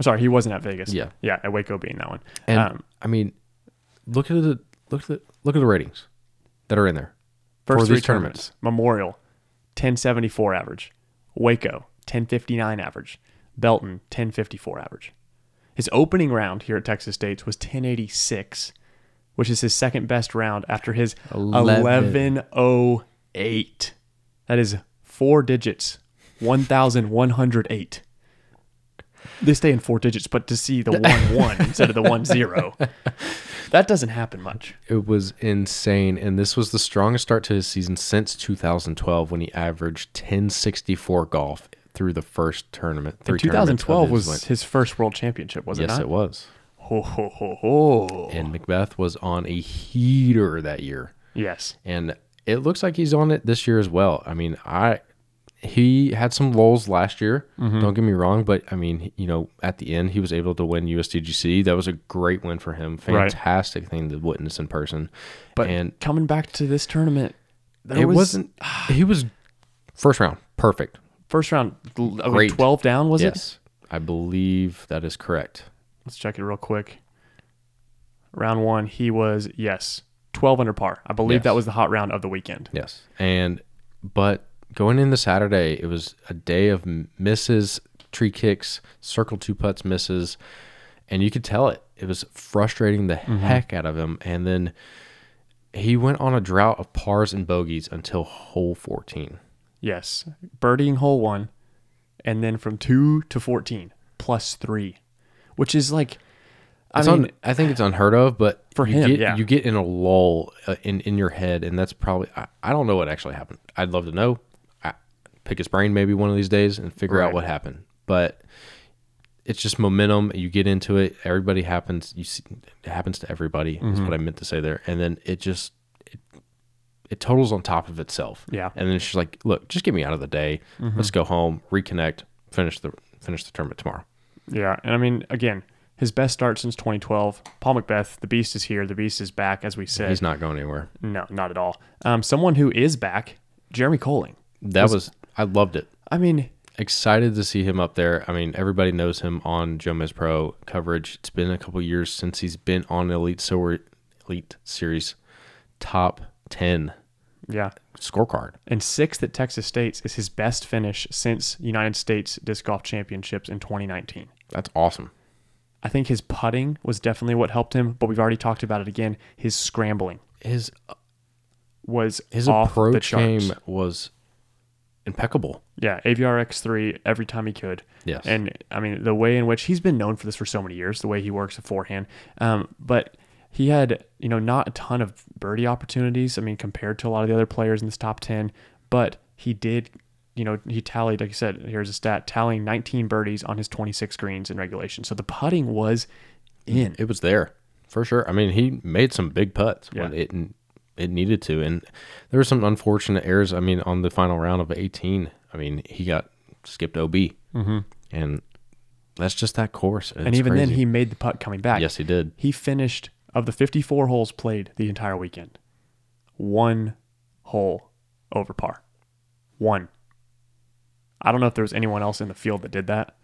[SPEAKER 1] Sorry, he wasn't at Vegas.
[SPEAKER 2] Yeah.
[SPEAKER 1] yeah, at Waco being that one.
[SPEAKER 2] And
[SPEAKER 1] um,
[SPEAKER 2] I mean, look at the look at the look at the ratings that are in there.
[SPEAKER 1] first
[SPEAKER 2] for
[SPEAKER 1] three
[SPEAKER 2] these tournaments.
[SPEAKER 1] tournaments: Memorial, ten seventy four average, Waco, ten fifty nine average, Belton, ten fifty four average. His opening round here at Texas States was ten eighty six, which is his second best round after his eleven
[SPEAKER 2] Eleven.
[SPEAKER 1] oh eight. That is four digits, one thousand one hundred eight. They stay in four digits, but to see the one one instead of the one zero, that doesn't happen much.
[SPEAKER 2] It was insane, and this was the strongest start to his season since 2012, when he averaged 1064 golf through the first tournament. Three tournaments of
[SPEAKER 1] 2012
[SPEAKER 2] his
[SPEAKER 1] was
[SPEAKER 2] win-
[SPEAKER 1] his first world championship, was it
[SPEAKER 2] yes,
[SPEAKER 1] not?
[SPEAKER 2] it was.
[SPEAKER 1] Ho, ho, ho, ho.
[SPEAKER 2] And Macbeth was on a heater that year,
[SPEAKER 1] Yes.
[SPEAKER 2] and it looks like he's on it this year as well. I mean, I he had some lulls last year.
[SPEAKER 1] Mm-hmm.
[SPEAKER 2] Don't get me wrong, but I mean, you know, at the end he was able to win USDGC. That was a great win for him.
[SPEAKER 1] Right.
[SPEAKER 2] Fantastic thing to witness in person.
[SPEAKER 1] But
[SPEAKER 2] and
[SPEAKER 1] coming back to this tournament, there
[SPEAKER 2] it
[SPEAKER 1] was
[SPEAKER 2] was, not he was first round perfect
[SPEAKER 1] first round l- I mean,
[SPEAKER 2] Great.
[SPEAKER 1] 12 down, was it?
[SPEAKER 2] yes i believe that is correct
[SPEAKER 1] Let's check it real quick. Round one, he was, yes, 12 under par. I believe
[SPEAKER 2] Yes.
[SPEAKER 1] that was the hot round of the weekend.
[SPEAKER 2] yes and but going into saturday it was a day of m- misses tree kicks circle two putts misses and you could tell it it was frustrating the heck out of him and then he went on a drought of pars and bogeys until hole 14
[SPEAKER 1] Yes. Birdieing hole one, and then from two to 14, plus three, which is like, I
[SPEAKER 2] It's
[SPEAKER 1] mean,
[SPEAKER 2] un- I think it's unheard of, but
[SPEAKER 1] For
[SPEAKER 2] you
[SPEAKER 1] him,
[SPEAKER 2] get,
[SPEAKER 1] yeah.
[SPEAKER 2] you get in a lull uh, in in your head, and that's probably I, I don't know what actually happened. I'd love to know. I, pick his brain maybe one of these days and figure
[SPEAKER 1] Right.
[SPEAKER 2] out what happened. But it's just momentum. You get into it. Everybody happens. You see, it happens to everybody. Is
[SPEAKER 1] Mm-hmm.
[SPEAKER 2] what I meant to say there. And then it just it, it totals on top of itself.
[SPEAKER 1] Yeah. Mm-hmm.
[SPEAKER 2] And then she's like, "Look, just get me out of the day. Let's go home, reconnect, finish the finish the tournament tomorrow."
[SPEAKER 1] Yeah, and I mean, again, his best start since 2012. Paul Macbeth, the beast is here. The beast is back, as we said.
[SPEAKER 2] He's not going anywhere.
[SPEAKER 1] no, not at all. Um, someone who is back, Jeremy Coling.
[SPEAKER 2] That was I loved it.
[SPEAKER 1] I mean,
[SPEAKER 2] excited to see him up there. I mean, everybody knows him on Jomez Pro coverage. It's been a couple years since he's been on Elite so- Elite Series top 10
[SPEAKER 1] yeah.
[SPEAKER 2] scorecard.
[SPEAKER 1] And sixth at Texas States is his best finish since United States Disc Golf Championships in 2019.
[SPEAKER 2] That's awesome.
[SPEAKER 1] I think his putting was definitely what helped him, but we've already talked about it again. His scrambling
[SPEAKER 2] His
[SPEAKER 1] was
[SPEAKER 2] his
[SPEAKER 1] off the
[SPEAKER 2] approach
[SPEAKER 1] charts.
[SPEAKER 2] game was impeccable.
[SPEAKER 1] Yeah, AVRX3 every time he could.
[SPEAKER 2] Yes.
[SPEAKER 1] And I mean, the way in which he's been known for this for so many years, the way he works the forehand. Um, but he had, you know, not a ton of birdie opportunities. I mean, compared to a lot of the other players in this top 10, but he did, you know, he tallied, like I said, here's a stat, tallying 19 birdies on his 26 greens in regulation. So the putting was in.
[SPEAKER 2] It was there for sure. I mean, he made some big putts when
[SPEAKER 1] Yeah.
[SPEAKER 2] it it needed to, and there were some unfortunate errors. I mean, on the final round of 18, I mean, he got skipped OB, mm-hmm. and that's just that course.
[SPEAKER 1] and even then, he made the putt coming back.
[SPEAKER 2] yes, he did.
[SPEAKER 1] He finished, of the 54 holes played the entire weekend, one hole over par. One. I don't know if there was anyone else in the field that did that.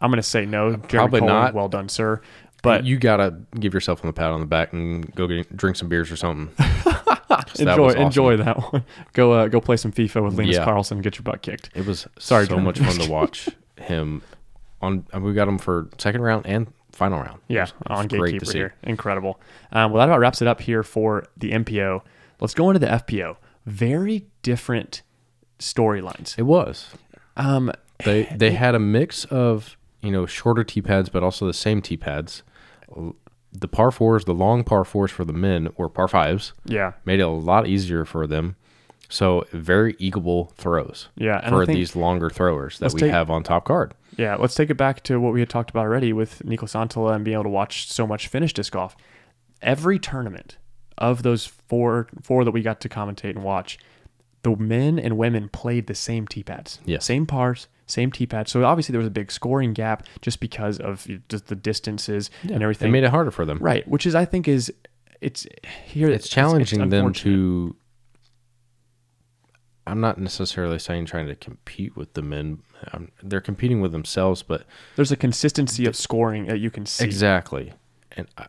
[SPEAKER 1] I'm going to say no. Jeremy
[SPEAKER 2] Uh, Probably
[SPEAKER 1] Cohen,
[SPEAKER 2] not.
[SPEAKER 1] Well done, sir. But
[SPEAKER 2] you gotta give yourself on the pat on the back and go get, drink some beers or something. 'Cause that
[SPEAKER 1] enjoy
[SPEAKER 2] was awesome.
[SPEAKER 1] enjoy that one. go uh, go play some FIFA with Linus
[SPEAKER 2] Yeah.
[SPEAKER 1] Carlson. Get your butt kicked.
[SPEAKER 2] It was
[SPEAKER 1] Sorry,
[SPEAKER 2] so
[SPEAKER 1] Jordan.
[SPEAKER 2] much fun to watch him. On and we got him for second round and final round. It
[SPEAKER 1] Yeah,
[SPEAKER 2] was- it was
[SPEAKER 1] on
[SPEAKER 2] great to
[SPEAKER 1] Gatekeeper
[SPEAKER 2] see.
[SPEAKER 1] here. Incredible. Um, well, that about wraps it up here for the MPO. Let's go into the FPO. Very different storylines.
[SPEAKER 2] It was.
[SPEAKER 1] Um,
[SPEAKER 2] They they had a mix of you know shorter tee pads, but also the same tee pads. The par fours, the long par fours for the men, were par fives.
[SPEAKER 1] yeah,
[SPEAKER 2] Made it a lot easier for them. So very eagleable throws
[SPEAKER 1] yeah. And I
[SPEAKER 2] for
[SPEAKER 1] think-
[SPEAKER 2] these longer throwers that
[SPEAKER 1] Let's
[SPEAKER 2] we
[SPEAKER 1] take-
[SPEAKER 2] have on top card.
[SPEAKER 1] Yeah, let's take it back to what we had talked about already with Nico Santola and being able to watch so much Finnish disc golf. Every tournament of those four four that we got to commentate and watch, the men and women played the same tee pads.
[SPEAKER 2] Yes.
[SPEAKER 1] Same pars, same tee pads. So obviously there was a big scoring gap just because of just the distances and
[SPEAKER 2] It
[SPEAKER 1] everything.
[SPEAKER 2] made it harder for them.
[SPEAKER 1] right, which is I think is it's here
[SPEAKER 2] It's challenging them
[SPEAKER 1] unfortunate.
[SPEAKER 2] to. I'm not necessarily saying trying to compete with the men. Um they're competing with themselves, but
[SPEAKER 1] There's a consistency of scoring that you can see.
[SPEAKER 2] exactly. And I,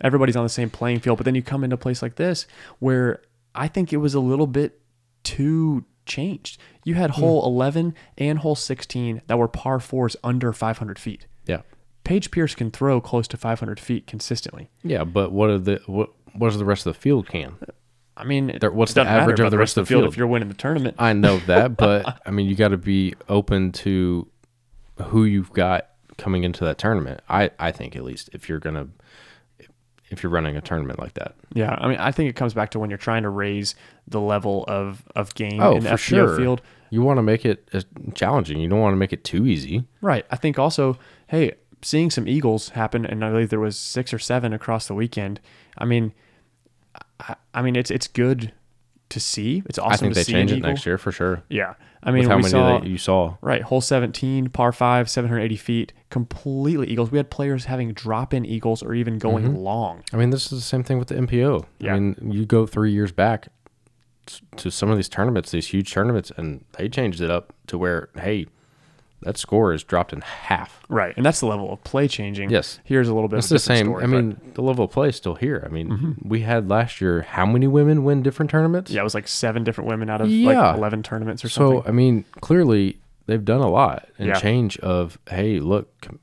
[SPEAKER 1] everybody's on the same playing field. But then you come into a place like this where I think it was a little bit too changed. You had
[SPEAKER 2] Hmm.
[SPEAKER 1] hole 11 and hole 16 that were par fours under 500 feet.
[SPEAKER 2] yeah,
[SPEAKER 1] Paige Pierce can throw close to 500 feet consistently.
[SPEAKER 2] yeah. But what are the what? What is the rest of the field can?
[SPEAKER 1] I mean, it
[SPEAKER 2] There- what's the
[SPEAKER 1] doesn't matter
[SPEAKER 2] average of
[SPEAKER 1] about
[SPEAKER 2] the rest of the field?
[SPEAKER 1] if you're winning the tournament?
[SPEAKER 2] I know that, but I mean, you got to be open to who you've got coming into that tournament. I I think at least if you're gonna if you're running a tournament like that.
[SPEAKER 1] Yeah, I mean, I think it comes back to when you're trying to raise the level of of game
[SPEAKER 2] Oh,
[SPEAKER 1] in the
[SPEAKER 2] for
[SPEAKER 1] FPO
[SPEAKER 2] sure.
[SPEAKER 1] field.
[SPEAKER 2] You want to make it as challenging. You don't want to make it too easy.
[SPEAKER 1] Right. I think also, hey, seeing some Eagles happen, and I believe there was six or seven across the weekend. I mean, I, I mean, it's it's good to see. It's awesome
[SPEAKER 2] I think
[SPEAKER 1] to
[SPEAKER 2] they
[SPEAKER 1] see
[SPEAKER 2] change
[SPEAKER 1] an
[SPEAKER 2] it
[SPEAKER 1] Eagle.
[SPEAKER 2] next year for sure.
[SPEAKER 1] Yeah. I mean,
[SPEAKER 2] With how
[SPEAKER 1] we
[SPEAKER 2] many
[SPEAKER 1] saw
[SPEAKER 2] that you saw.
[SPEAKER 1] right hole 17, par five, 780 feet, completely Eagles. We had players having drop in Eagles or even going
[SPEAKER 2] Mm-hmm.
[SPEAKER 1] long.
[SPEAKER 2] I mean, this is the same thing with the MPO.
[SPEAKER 1] Yeah.
[SPEAKER 2] I mean, you go three years back s- to some of these tournaments, these huge tournaments, and they changed it up to where, hey, that score is dropped in half.
[SPEAKER 1] Right. And that's the level of play changing.
[SPEAKER 2] Yes.
[SPEAKER 1] Here's a little bit.
[SPEAKER 2] It's
[SPEAKER 1] of a
[SPEAKER 2] the
[SPEAKER 1] different
[SPEAKER 2] same.
[SPEAKER 1] Story,
[SPEAKER 2] I
[SPEAKER 1] but- Mm-hmm.
[SPEAKER 2] mean, the level of play is still here. I mean, we had last year how many women win different tournaments?
[SPEAKER 1] yeah, it was like seven different women out of
[SPEAKER 2] Yeah.
[SPEAKER 1] like 11 tournaments or something.
[SPEAKER 2] So I mean, clearly they've done a lot and
[SPEAKER 1] Yeah.
[SPEAKER 2] change of hey, look, com-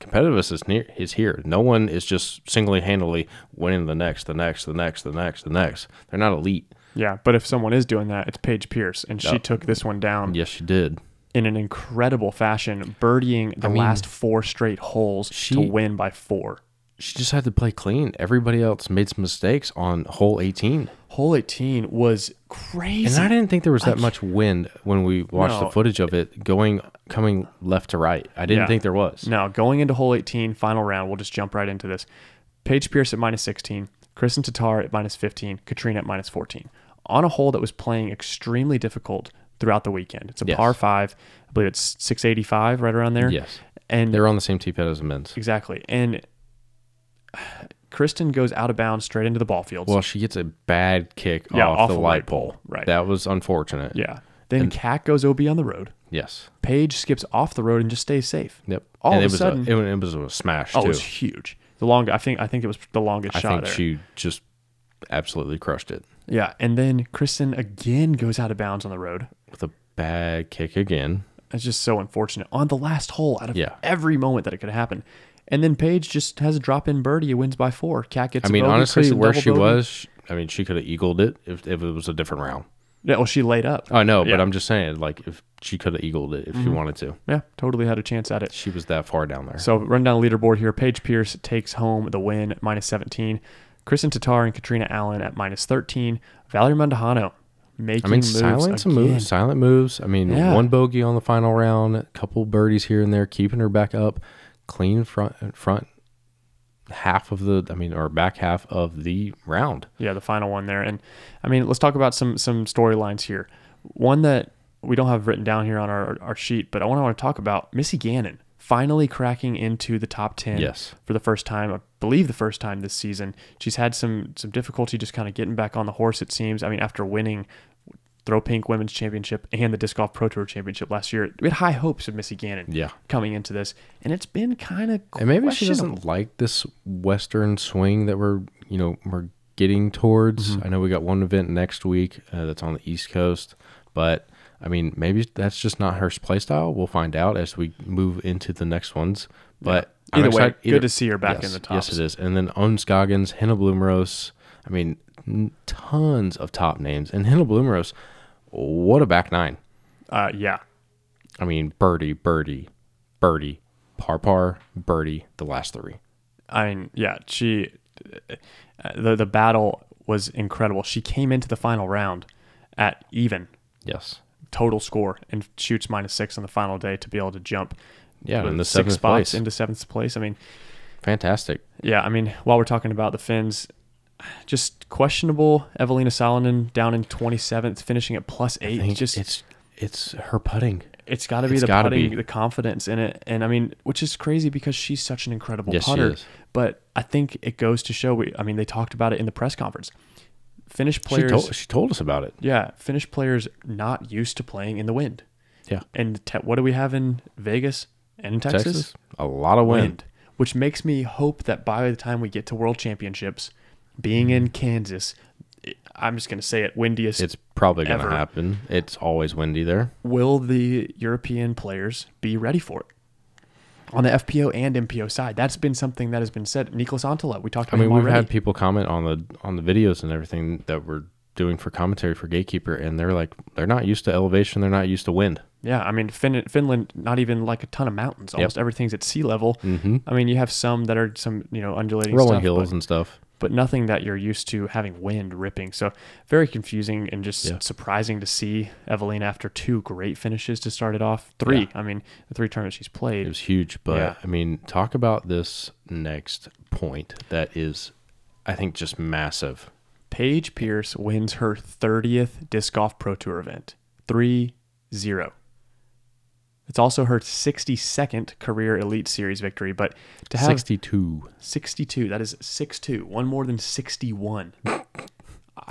[SPEAKER 2] competitiveness is near is here. No one is just singly handedly winning the next, the next, the next, the next, the next. They're not elite.
[SPEAKER 1] Yeah, but if someone is doing that, it's Paige Pierce, and she took this one down
[SPEAKER 2] Yes, she did.
[SPEAKER 1] in an incredible fashion, birdieing the last four straight holes
[SPEAKER 2] she-
[SPEAKER 1] to win by four.
[SPEAKER 2] She just had to play clean. Everybody else made some mistakes on hole eighteen,
[SPEAKER 1] Hole 18 was
[SPEAKER 2] and
[SPEAKER 1] crazy.
[SPEAKER 2] I didn't think there was that much wind when we watched
[SPEAKER 1] No.
[SPEAKER 2] the footage of it going coming left to right. I didn't
[SPEAKER 1] Yeah.
[SPEAKER 2] think there was.
[SPEAKER 1] now, going into hole 18, final round, we'll just jump right into this. Paige Pierce at minus 16, Kristen Tatar at minus 15, Katrina at minus 14. On a hole that was playing extremely difficult throughout the weekend. It's a
[SPEAKER 2] Yes.
[SPEAKER 1] par five. I believe it's 685, right around there.
[SPEAKER 2] Yes,
[SPEAKER 1] And
[SPEAKER 2] they were on the same tee pad as the men's.
[SPEAKER 1] Exactly. And Kristen goes out of bounds straight into the ball fields.
[SPEAKER 2] Well, she gets a bad kick
[SPEAKER 1] Yeah,
[SPEAKER 2] off,
[SPEAKER 1] off a
[SPEAKER 2] the light
[SPEAKER 1] light
[SPEAKER 2] pole.
[SPEAKER 1] pole, right.
[SPEAKER 2] That was unfortunate.
[SPEAKER 1] yeah. Then Cat goes OB on the road.
[SPEAKER 2] Yes.
[SPEAKER 1] Paige skips off the road and just stays safe.
[SPEAKER 2] Yep.
[SPEAKER 1] All of
[SPEAKER 2] and
[SPEAKER 1] a
[SPEAKER 2] it was
[SPEAKER 1] sudden-
[SPEAKER 2] a, it, it was a smash
[SPEAKER 1] Oh, it
[SPEAKER 2] too.
[SPEAKER 1] was huge. The long I think I think it was the longest
[SPEAKER 2] I
[SPEAKER 1] shot
[SPEAKER 2] think
[SPEAKER 1] there.
[SPEAKER 2] she just absolutely crushed it
[SPEAKER 1] yeah. And then Kristen again goes out of bounds on the road.
[SPEAKER 2] with a bad kick again.
[SPEAKER 1] It's just so unfortunate. On the last hole out of
[SPEAKER 2] Yeah.
[SPEAKER 1] every moment that it could happen. And then Paige just has a drop in birdie, wins by four. Cat gets
[SPEAKER 2] I mean,
[SPEAKER 1] a bogey,
[SPEAKER 2] honestly,
[SPEAKER 1] Kristen
[SPEAKER 2] where
[SPEAKER 1] double
[SPEAKER 2] she
[SPEAKER 1] bogey.
[SPEAKER 2] was, sh- I mean, she could have eagled it if, if it was a different round.
[SPEAKER 1] Yeah, well, she laid up.
[SPEAKER 2] I know,
[SPEAKER 1] Yeah.
[SPEAKER 2] but I'm just saying, like, if she could have eagled it if
[SPEAKER 1] Mm-hmm.
[SPEAKER 2] she wanted to,
[SPEAKER 1] Yeah, totally had a chance at it.
[SPEAKER 2] she was that far down there.
[SPEAKER 1] So run down the leaderboard here. Paige Pierce takes home the win, minus 17. Kristen Tatar and Katrina Allen at minus 13. Valerie Mondahano making
[SPEAKER 2] I mean,
[SPEAKER 1] moves
[SPEAKER 2] silent some
[SPEAKER 1] again.
[SPEAKER 2] moves, silent moves. I mean,
[SPEAKER 1] Yeah.
[SPEAKER 2] one bogey on the final round, a couple birdies here and there, keeping her back up, clean front front half of the, I mean, or back half of the round.
[SPEAKER 1] Yeah, the final one there. And I mean, let's talk about some some storylines here. One that we don't have written down here on our, our sheet, but I want to talk about Missy Gannon finally cracking into the top 10
[SPEAKER 2] Yes.
[SPEAKER 1] for the first time, I believe the first time this season. She's had some some difficulty just kind of getting back on the horse it seems. I mean, after winning Throw Pink Women's Championship and the Disc Golf Pro Tour Championship last year. We had high hopes of Missy Gannon
[SPEAKER 2] Yeah.
[SPEAKER 1] coming into this, and it's been kind of
[SPEAKER 2] And maybe she doesn't like this Western swing that we're you know we're getting towards.
[SPEAKER 1] Mm-hmm.
[SPEAKER 2] I know we got one event next week uh, that's on the East Coast, but I mean maybe that's just not her play style. We'll find out as we move into the next ones. But I'm
[SPEAKER 1] Either way,
[SPEAKER 2] excited-
[SPEAKER 1] good to see her back in
[SPEAKER 2] yes,
[SPEAKER 1] the tops.
[SPEAKER 2] Yes, it is. And then Owen Scoggins, Hannah Bloomrose. I mean, n- tons of top names. And Hannah Bloomrose, what a back nine.
[SPEAKER 1] Uh, yeah,
[SPEAKER 2] I mean, birdie, birdie, birdie, par par, birdie, the last three.
[SPEAKER 1] I mean, yeah, she uh, the the battle was incredible. She came into the final round at even
[SPEAKER 2] Yes.
[SPEAKER 1] total score and shoots minus six on the final day to be able to jump.
[SPEAKER 2] Yeah, in
[SPEAKER 1] with
[SPEAKER 2] the
[SPEAKER 1] six
[SPEAKER 2] seventh
[SPEAKER 1] spots
[SPEAKER 2] place.
[SPEAKER 1] into seventh place. I mean,
[SPEAKER 2] Fantastic.
[SPEAKER 1] yeah, I mean, while we're talking about the Finns, just questionable. Evelina Salonen down in twenty seventh, finishing at plus eight.
[SPEAKER 2] It's
[SPEAKER 1] just
[SPEAKER 2] it's it's her putting.
[SPEAKER 1] it's got to be
[SPEAKER 2] It's
[SPEAKER 1] the
[SPEAKER 2] gotta
[SPEAKER 1] putting,
[SPEAKER 2] be.
[SPEAKER 1] the confidence in it, and I mean, which is crazy because she's such an incredible
[SPEAKER 2] Yes, she
[SPEAKER 1] putter.
[SPEAKER 2] is.
[SPEAKER 1] But I think it goes to show. We, I mean, they talked about it in the press conference. Finnish
[SPEAKER 2] She
[SPEAKER 1] players,
[SPEAKER 2] told she told us about it.
[SPEAKER 1] yeah, Finnish players not used to playing in the wind.
[SPEAKER 2] Yeah.
[SPEAKER 1] And te- what do we have in Vegas and in Texas?
[SPEAKER 2] Texas, a lot of wind.
[SPEAKER 1] Wind, which makes me hope that by the time we get to World Championships, being in Kansas, I'm just going to say it, windiest
[SPEAKER 2] It's probably going
[SPEAKER 1] Ever.
[SPEAKER 2] to happen. It's always windy there.
[SPEAKER 1] will the European players be ready for it? On the FPO and MPO side, that's been something that has been said. Nicholas Antela, we talked
[SPEAKER 2] I
[SPEAKER 1] about
[SPEAKER 2] mean,
[SPEAKER 1] him
[SPEAKER 2] we've
[SPEAKER 1] already.
[SPEAKER 2] had people comment on the on the videos and everything that we're doing for commentary for Gatekeeper, and they're like, they're not used to elevation. They're not used to wind.
[SPEAKER 1] yeah, I mean, fin- Finland, not even like a ton of mountains. Almost everything's at sea level.
[SPEAKER 2] Mm-hmm.
[SPEAKER 1] I mean, you have some that are some, you know, undulating
[SPEAKER 2] Mm. Rolling
[SPEAKER 1] stuff,
[SPEAKER 2] hills
[SPEAKER 1] but,
[SPEAKER 2] and stuff.
[SPEAKER 1] but nothing that you're used to having wind ripping. So very confusing and just
[SPEAKER 2] Yeah.
[SPEAKER 1] surprising to see Evelyn after two great finishes to start it off. Three, I mean, the three tournaments she's
[SPEAKER 2] It
[SPEAKER 1] played.
[SPEAKER 2] was huge, but
[SPEAKER 1] Yeah.
[SPEAKER 2] I mean, talk about this next point that is, I think, just massive.
[SPEAKER 1] Paige Pierce wins her 30th Disc Golf Pro Tour event 3 0. It's also her 62nd career Elite Series victory, but to have
[SPEAKER 2] Sixty-two.
[SPEAKER 1] 62, that is 6 2, one more than 61. I-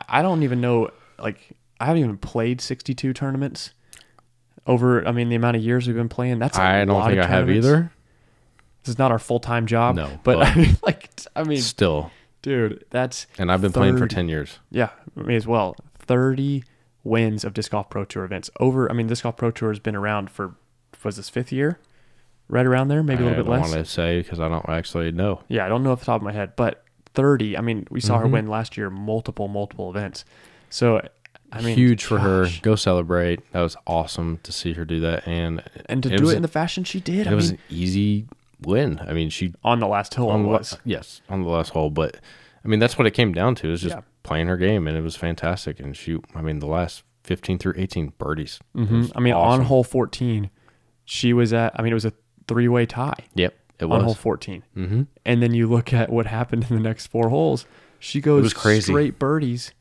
[SPEAKER 1] I don't even know, like, I haven't even played 62 tournaments over, I mean, the amount of years we've been playing. That's I
[SPEAKER 2] I don't think I have either.
[SPEAKER 1] This is not our full time job.
[SPEAKER 2] No,
[SPEAKER 1] but,
[SPEAKER 2] but-
[SPEAKER 1] I mean, like, I mean,
[SPEAKER 2] Still,
[SPEAKER 1] dude, that's.
[SPEAKER 2] and I've been playing for
[SPEAKER 1] 30.
[SPEAKER 2] ten years.
[SPEAKER 1] Yeah, me as well. 30 wins of Disc Golf Pro Tour events. Over, I mean, Disc Golf Pro Tour has been around for, was this fifth year? Right around there, maybe a
[SPEAKER 2] I
[SPEAKER 1] little bit
[SPEAKER 2] don't
[SPEAKER 1] less.
[SPEAKER 2] want to say because I don't actually know.
[SPEAKER 1] Yeah, I don't know off the top of my head, but 30. I mean, we saw
[SPEAKER 2] Mm-hmm.
[SPEAKER 1] her win last year multiple, multiple events. So, I mean,
[SPEAKER 2] Huge for
[SPEAKER 1] gosh.
[SPEAKER 2] her. Go celebrate. That was awesome to see her do that, and
[SPEAKER 1] And to do
[SPEAKER 2] was
[SPEAKER 1] it
[SPEAKER 2] a-
[SPEAKER 1] in the fashion she did, I
[SPEAKER 2] it
[SPEAKER 1] mean,
[SPEAKER 2] was an easy win. I mean, she
[SPEAKER 1] on the last hill,
[SPEAKER 2] on
[SPEAKER 1] on
[SPEAKER 2] the
[SPEAKER 1] was.
[SPEAKER 2] last, yes on the last hole, but I mean that's what it came down to is just
[SPEAKER 1] Yeah.
[SPEAKER 2] playing her game, and it was fantastic. And she, I mean, the last fifteen through eighteen birdies.
[SPEAKER 1] Mhm. I mean,
[SPEAKER 2] awesome.
[SPEAKER 1] on hole 14, she was at, I mean, it was a three way tie
[SPEAKER 2] Yep, it
[SPEAKER 1] on hole
[SPEAKER 2] was.
[SPEAKER 1] 14.
[SPEAKER 2] Mm-hmm.
[SPEAKER 1] And then you look at what happened in the next four holes. She goes
[SPEAKER 2] was crazy.
[SPEAKER 1] straight birdies.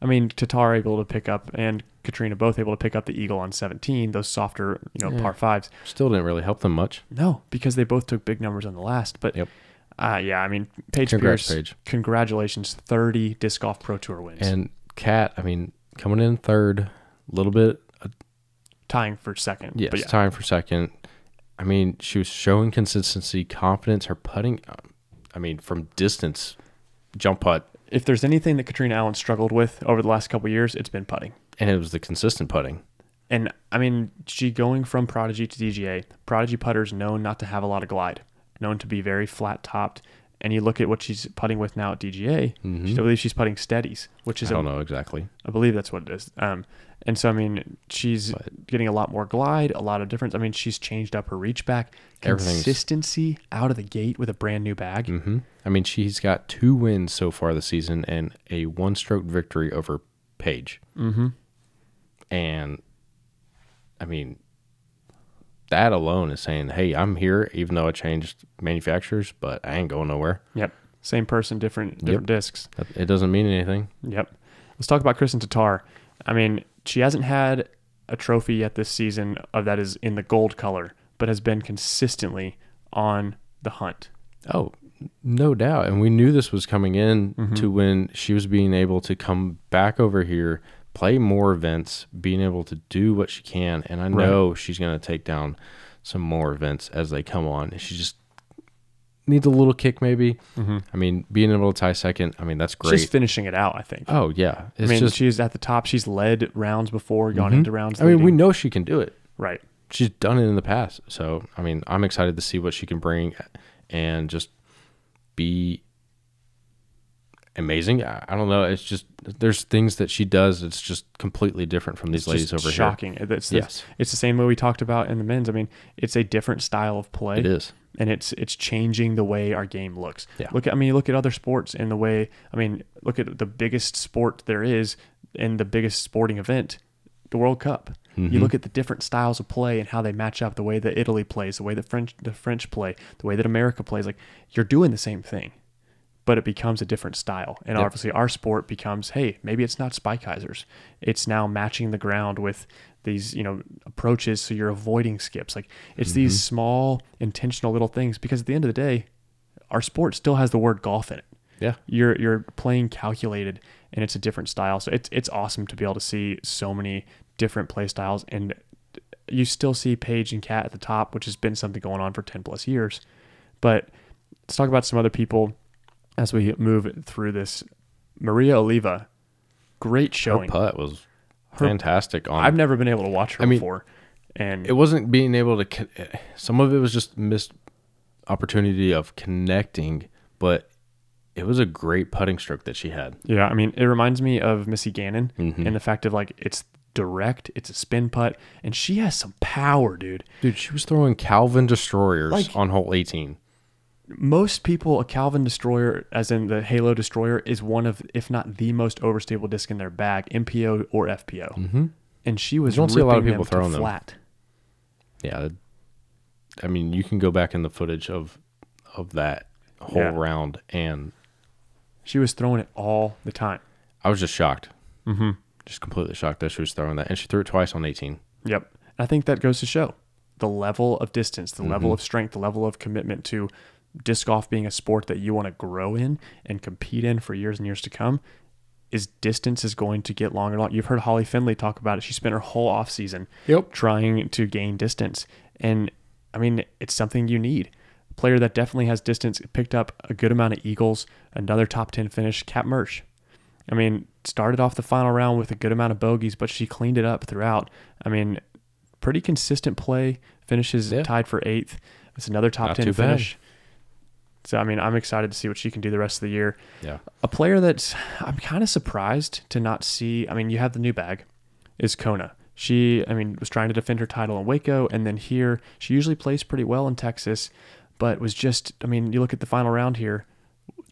[SPEAKER 1] I mean, Tatar able to pick up and Katrina both able to pick up the eagle on 17, those softer, you know, par fives.
[SPEAKER 2] Still didn't really help them much.
[SPEAKER 1] No, because they both took big numbers on the last. But
[SPEAKER 2] Yep.
[SPEAKER 1] uh, yeah, I mean, Paige
[SPEAKER 2] Congrats,
[SPEAKER 1] Pierce,
[SPEAKER 2] Paige.
[SPEAKER 1] congratulations, 30 disc golf pro tour wins,
[SPEAKER 2] And Kat, I mean, coming in third, a little bit
[SPEAKER 1] tying for second.
[SPEAKER 2] Yes,
[SPEAKER 1] but yeah,
[SPEAKER 2] time for second. I mean, she was showing consistency, confidence. Her putting, um, I mean, from distance, jump putt,
[SPEAKER 1] if there's anything that Katrina Allen struggled with over the last couple years, it's been putting.
[SPEAKER 2] and it was the consistent putting.
[SPEAKER 1] And I mean, she going from Prodigy to DGA, Prodigy putters known not to have a lot of glide, known to be very flat topped. And you look at what she's putting with now at DGA, she- I believe she's putting steadies, which is
[SPEAKER 2] Mm-hmm. I
[SPEAKER 1] a
[SPEAKER 2] don't know exactly.
[SPEAKER 1] I believe that's what it is. Um, and so I mean, she's getting a lot more glide, a lot of difference. I mean, she's changed up her reach back,
[SPEAKER 2] Everything's-
[SPEAKER 1] consistency out of the gate with a brand new bag.
[SPEAKER 2] hmm I mean, she's got two wins so far this season and a one-stroke victory over Paige. Mm-hmm. And I mean, that alone is saying, "Hey, I'm here," even though I changed manufacturers, but I ain't going nowhere.
[SPEAKER 1] Yep, same person, different different discs.
[SPEAKER 2] That- It doesn't mean anything.
[SPEAKER 1] Yep. Let's talk about Kristen Tatar. I mean, she hasn't had a trophy yet this season of that is in the gold color, but has been consistently on the hunt.
[SPEAKER 2] Oh, no
[SPEAKER 1] Mm-hmm.
[SPEAKER 2] doubt. And we knew this was coming in to when she was being able to come back over here, play more events, being able to do what she can. And I
[SPEAKER 1] Right.
[SPEAKER 2] know she's going to take down some more events as they come on. She just needs a little kick, maybe. I mean, being able to tie second, I mean, that's great.
[SPEAKER 1] Mm-hmm. She's finishing it out, I think.
[SPEAKER 2] oh, yeah.
[SPEAKER 1] I
[SPEAKER 2] It's
[SPEAKER 1] mean,
[SPEAKER 2] just, Mm-hmm.
[SPEAKER 1] she's at the top. She's led rounds before, gone into rounds.
[SPEAKER 2] I mean, we
[SPEAKER 1] leading.
[SPEAKER 2] know she can do it.
[SPEAKER 1] right.
[SPEAKER 2] She's done it in the past. So, I mean, I'm excited to see what she can bring and just be amazing. I, I don't know. It's just, there's things that she does that's just completely different from these ladies
[SPEAKER 1] Just
[SPEAKER 2] over here.
[SPEAKER 1] shocking. It's, the-
[SPEAKER 2] Yes.
[SPEAKER 1] it's the same way we talked about in the men's. I mean, it's a different style of play.
[SPEAKER 2] It is.
[SPEAKER 1] and it's it's changing the way our game looks.
[SPEAKER 2] Yeah.
[SPEAKER 1] Look at I mean look at other sports and the way I mean look at the biggest sport there is and the biggest sporting event, the World Cup.
[SPEAKER 2] Mm-hmm.
[SPEAKER 1] You look at the different styles of play and how they match up, the way that Italy plays, the way that French the French play, the way that America plays. Like you're doing the same thing, but it becomes a different style. And obviously our sport becomes, hey, maybe it's not spikeizers. It's now matching the ground with these, you know, approaches so you're avoiding skips. Like it's these small intentional little things because at the end of the day, our sport still has the word golf in it.
[SPEAKER 2] Yeah.
[SPEAKER 1] You're you're playing calculated and it's a different style. So it's it's awesome to be able to see so many different play styles and you still see Paige and Cat at the top, which has been something going on for 10 plus years. But let's talk about some other people as we move through this. Maria Oliva, great
[SPEAKER 2] Her
[SPEAKER 1] showing.
[SPEAKER 2] putt was fantastic. On
[SPEAKER 1] I've never been able to watch her
[SPEAKER 2] I mean,
[SPEAKER 1] before. And
[SPEAKER 2] it wasn't being able to. Con- some of it was just missed opportunity of connecting, but it was a great putting stroke that she had.
[SPEAKER 1] yeah, I mean, it reminds me of Missy Gannon
[SPEAKER 2] Mm-hmm.
[SPEAKER 1] and the fact of like it's direct, it's a spin putt, and she has some power, dude.
[SPEAKER 2] Dude, she was throwing Calvin destroyers on hole eighteen.
[SPEAKER 1] most people a Calvin destroyer, as in the Halo destroyer, is one of, if not the most overstable disc in their bag, MPO or FPO. Mm-hmm. And she was
[SPEAKER 2] You don't see a lot of
[SPEAKER 1] ripping
[SPEAKER 2] people
[SPEAKER 1] them to
[SPEAKER 2] throwing them.
[SPEAKER 1] flat.
[SPEAKER 2] Yeah, that- I mean, you can go back in the footage of of that whole
[SPEAKER 1] Yeah.
[SPEAKER 2] round, and
[SPEAKER 1] She was throwing it all the time.
[SPEAKER 2] I was just shocked. Mm-hmm. Just completely shocked that she was throwing that, and she threw it twice on eighteen.
[SPEAKER 1] Yep. And I think that goes to show the level of distance, the
[SPEAKER 2] Mm-hmm.
[SPEAKER 1] level of strength, the level of commitment to disc golf being a sport that you want to grow in and compete in for years and years to come. Is distance is going to get longer and longer. You've heard Holly Finley talk about it. She spent her whole off season
[SPEAKER 2] Yep.
[SPEAKER 1] trying to gain distance. And I mean, it's something you need. A player that definitely has distance picked up a good amount of eagles, another top 10 finish, Kat Mersch. I mean, started off the final round with a good amount of bogeys, but she cleaned it up throughout. I mean, pretty consistent play, finishes
[SPEAKER 2] Yeah.
[SPEAKER 1] tied for eighth. It's another top
[SPEAKER 2] Not
[SPEAKER 1] 10
[SPEAKER 2] too bad.
[SPEAKER 1] finish. So, I mean, I'm excited to see what she can do the rest of the year.
[SPEAKER 2] Yeah.
[SPEAKER 1] A player that's I'm kind of surprised to not see. I mean, you have the new bag, is Kona. She, I mean, was trying to defend her title in Waco, and then here she usually plays pretty well in Texas, but was just. I mean, you look at the final round here.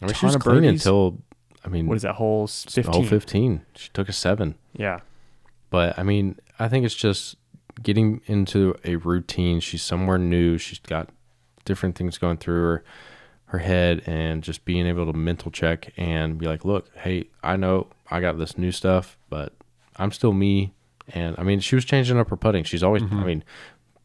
[SPEAKER 2] I mean, she
[SPEAKER 1] Ton
[SPEAKER 2] was
[SPEAKER 1] of
[SPEAKER 2] clean
[SPEAKER 1] birdies.
[SPEAKER 2] until I mean,
[SPEAKER 1] What is that hole?
[SPEAKER 2] hole
[SPEAKER 1] Fifteen.
[SPEAKER 2] fifteen. She took a seven.
[SPEAKER 1] Yeah,
[SPEAKER 2] But I mean, I think it's just getting into a routine. She's somewhere new. She's got different things going through her her head and just being able to mental check and be like, "Look, hey, I know I got this new stuff, but I'm still me." And I mean, she was changing up her putting. She's always
[SPEAKER 1] Mm-hmm.
[SPEAKER 2] I mean,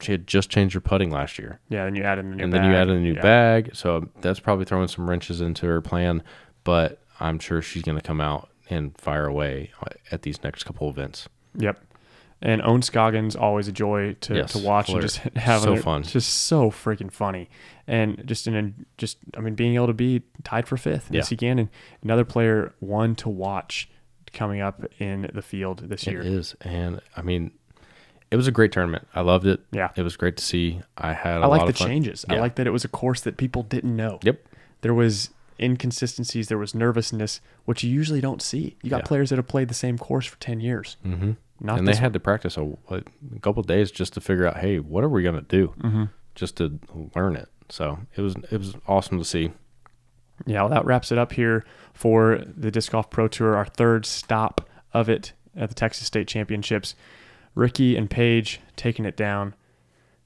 [SPEAKER 2] she had just changed her putting last year.
[SPEAKER 1] yeah. Then you add in the new.
[SPEAKER 2] And
[SPEAKER 1] bag.
[SPEAKER 2] then you added a new
[SPEAKER 1] Yeah.
[SPEAKER 2] bag, so um, that's probably throwing some wrenches into her plan, but I'm sure she's going to come out and fire away uh, at these next couple events.
[SPEAKER 1] Yep. And Owen Scoggins always a joy to,
[SPEAKER 2] Yes,
[SPEAKER 1] to watch
[SPEAKER 2] hilarious.
[SPEAKER 1] and just having
[SPEAKER 2] So
[SPEAKER 1] it-
[SPEAKER 2] fun.
[SPEAKER 1] just so freaking funny, and just in a, just I mean being able to be tied for fifth.
[SPEAKER 2] Yeah.
[SPEAKER 1] Missy Gannon, another player one to watch coming up in the field this year.
[SPEAKER 2] It is, and I mean, it was a great tournament. I loved it.
[SPEAKER 1] Yeah.
[SPEAKER 2] it was great to see. I had. I
[SPEAKER 1] I like
[SPEAKER 2] lot
[SPEAKER 1] the
[SPEAKER 2] of fun.
[SPEAKER 1] changes. I
[SPEAKER 2] Yeah.
[SPEAKER 1] like that it was a course that people didn't know.
[SPEAKER 2] Yep.
[SPEAKER 1] There was inconsistencies. There was nervousness, which you usually don't see. You got
[SPEAKER 2] Yeah. Mm.
[SPEAKER 1] players that have played the same course for ten years. Mm-hmm. Not
[SPEAKER 2] and they
[SPEAKER 1] this
[SPEAKER 2] had to practice a, a couple days just to figure out, hey, what are we gonna do, mm-hmm. just to learn it. So it was it was awesome to see.
[SPEAKER 1] Yeah, well, that wraps it up here for the Disc Golf Pro Tour, our third stop of it at the Texas State Championships. Ricky and Paige taking it down.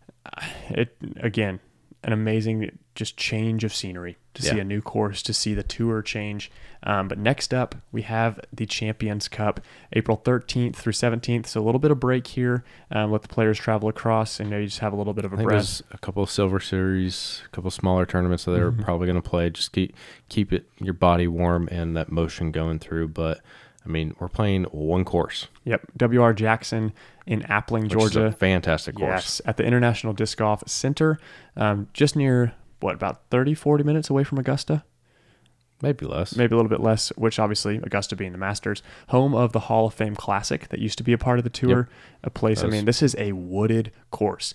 [SPEAKER 1] It again, an amazing just change of scenery to see
[SPEAKER 2] Yeah.
[SPEAKER 1] a new course, to see the tour change. Um, but next up, we have the Champions Cup, April 13th through 17th. So a little bit of break here. Um, let the players travel across, and maybe just have a little bit of a
[SPEAKER 2] I think
[SPEAKER 1] breath.
[SPEAKER 2] there's a couple of silver series, a couple of smaller tournaments that they're
[SPEAKER 1] Mm-hmm.
[SPEAKER 2] probably going to play. Just keep keep it your body warm and that motion going through. But I mean, we're playing one course,
[SPEAKER 1] Yep. W.R. Jackson in Appling,
[SPEAKER 2] which is a
[SPEAKER 1] Georgia.
[SPEAKER 2] fantastic course.
[SPEAKER 1] Yes, at the International Disc Golf Center, um, just near what about 30, 40 minutes away from Augusta,
[SPEAKER 2] Maybe less.
[SPEAKER 1] maybe a little bit less. Which obviously Augusta being the Masters, home of the Hall of Fame Classic that used to be a part of the tour, a place. I
[SPEAKER 2] Does.
[SPEAKER 1] mean, this is a wooded course.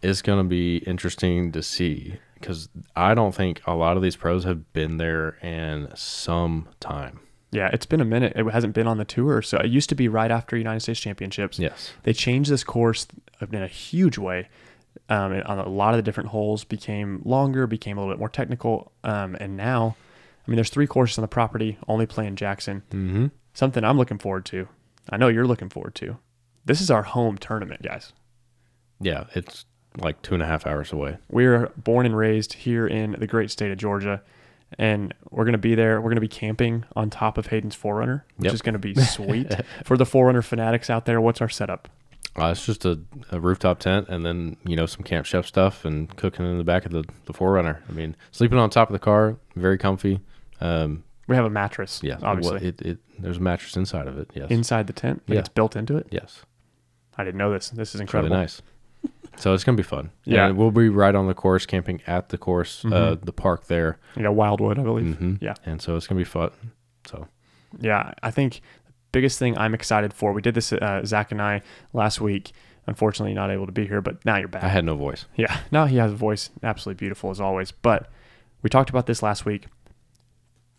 [SPEAKER 2] It's going to be interesting to see because I don't think a lot of these pros have been there in some time.
[SPEAKER 1] Yeah, it's been a minute. It hasn't been on the tour, so it used to be right after United States Championships.
[SPEAKER 2] Yes.
[SPEAKER 1] they changed this course in a huge way. Um, and on a lot of the different holes became longer, became a little bit more technical. Um, and now, I mean, there's three courses on the property, only playing Jackson.
[SPEAKER 2] Mm-hmm.
[SPEAKER 1] Something I'm looking forward to. I know you're looking forward to. This is our home tournament, guys.
[SPEAKER 2] Yeah, it's like two and a half hours away.
[SPEAKER 1] We are born and raised here in the great state of Georgia, and we're going to be there. We're going to be camping on top of Hayden's Forerunner, which
[SPEAKER 2] Yep.
[SPEAKER 1] is going to be sweet. For the Forerunner fanatics out there, what's our setup?
[SPEAKER 2] Uh, it's just a, a rooftop tent and then, you know, some camp chef stuff and cooking in the back of the, the Forerunner. I mean, sleeping on top of the car, very comfy. Um,
[SPEAKER 1] We have a mattress,
[SPEAKER 2] yeah, well,
[SPEAKER 1] obviously,
[SPEAKER 2] it, it, there's a mattress inside of it. Yes.
[SPEAKER 1] inside the tent. Like
[SPEAKER 2] Yeah.
[SPEAKER 1] It's built into it.
[SPEAKER 2] yes.
[SPEAKER 1] I didn't know this. This is
[SPEAKER 2] It's really
[SPEAKER 1] incredible.
[SPEAKER 2] nice. So it's going to be fun.
[SPEAKER 1] Yeah. Mm-hmm.
[SPEAKER 2] And we'll be right on the course, camping at the course, uh, the park there.
[SPEAKER 1] You know, Wildwood, I believe.
[SPEAKER 2] Mm-hmm.
[SPEAKER 1] Yeah.
[SPEAKER 2] And so it's going to be fun. So Mm-hmm.
[SPEAKER 1] Yeah, I think the biggest thing I'm excited for. We did this, uh, Zach and I, last week. Unfortunately, not able to be here, but now you're back.
[SPEAKER 2] I had no voice.
[SPEAKER 1] yeah, now he has a voice, absolutely beautiful as always. But we talked about this last week.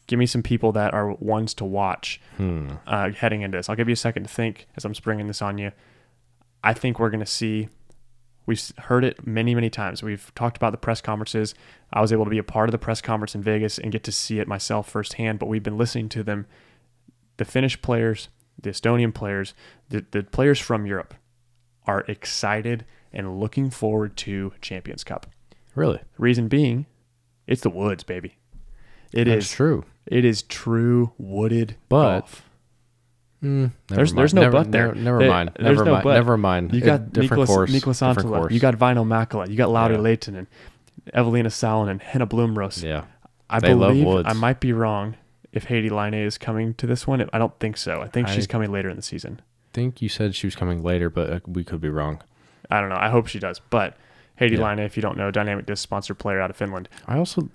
[SPEAKER 1] Give me some people that are ones to watch
[SPEAKER 2] Hmm.
[SPEAKER 1] uh, heading into this. I'll give you a second to think as I'm springing this on you. I think we're going to see. We've s- heard it many, many times. We've talked about the press conferences. I was able to be a part of the press conference in Vegas and get to see it myself firsthand, but we've been listening to them the Finnish players, the Estonian players, the, the players from Europe are excited and looking forward to Champions Cup.
[SPEAKER 2] Really?
[SPEAKER 1] Reason being, it's the woods, baby. It is.
[SPEAKER 2] That's true.
[SPEAKER 1] It is true wooded
[SPEAKER 2] But-
[SPEAKER 1] golf.
[SPEAKER 2] Mm, never
[SPEAKER 1] There's- there's no
[SPEAKER 2] never,
[SPEAKER 1] but there.
[SPEAKER 2] Never, never
[SPEAKER 1] There-
[SPEAKER 2] mind.
[SPEAKER 1] there's
[SPEAKER 2] Never
[SPEAKER 1] no
[SPEAKER 2] mind.
[SPEAKER 1] but.
[SPEAKER 2] Never mind.
[SPEAKER 1] You
[SPEAKER 2] A
[SPEAKER 1] got
[SPEAKER 2] different
[SPEAKER 1] Nicholas,
[SPEAKER 2] course.
[SPEAKER 1] Nicholas
[SPEAKER 2] different
[SPEAKER 1] Antola.
[SPEAKER 2] course.
[SPEAKER 1] You got Vinyl Makala. You got Lauri
[SPEAKER 2] Yeah.
[SPEAKER 1] Lehtinen, Evelina Salonen, Henna Bloomros.
[SPEAKER 2] yeah.
[SPEAKER 1] I
[SPEAKER 2] They love
[SPEAKER 1] believe
[SPEAKER 2] woods.
[SPEAKER 1] I might be wrong if Haiti Line is coming to this one. I don't think so. I think
[SPEAKER 2] I-
[SPEAKER 1] she's coming later in the season.
[SPEAKER 2] think you said she was coming later, but uh, we could be wrong.
[SPEAKER 1] I don't know. I hope she does. But Haiti
[SPEAKER 2] Yeah.
[SPEAKER 1] Line, if you don't know, dynamic disc sponsor player out of Finland.
[SPEAKER 2] I also,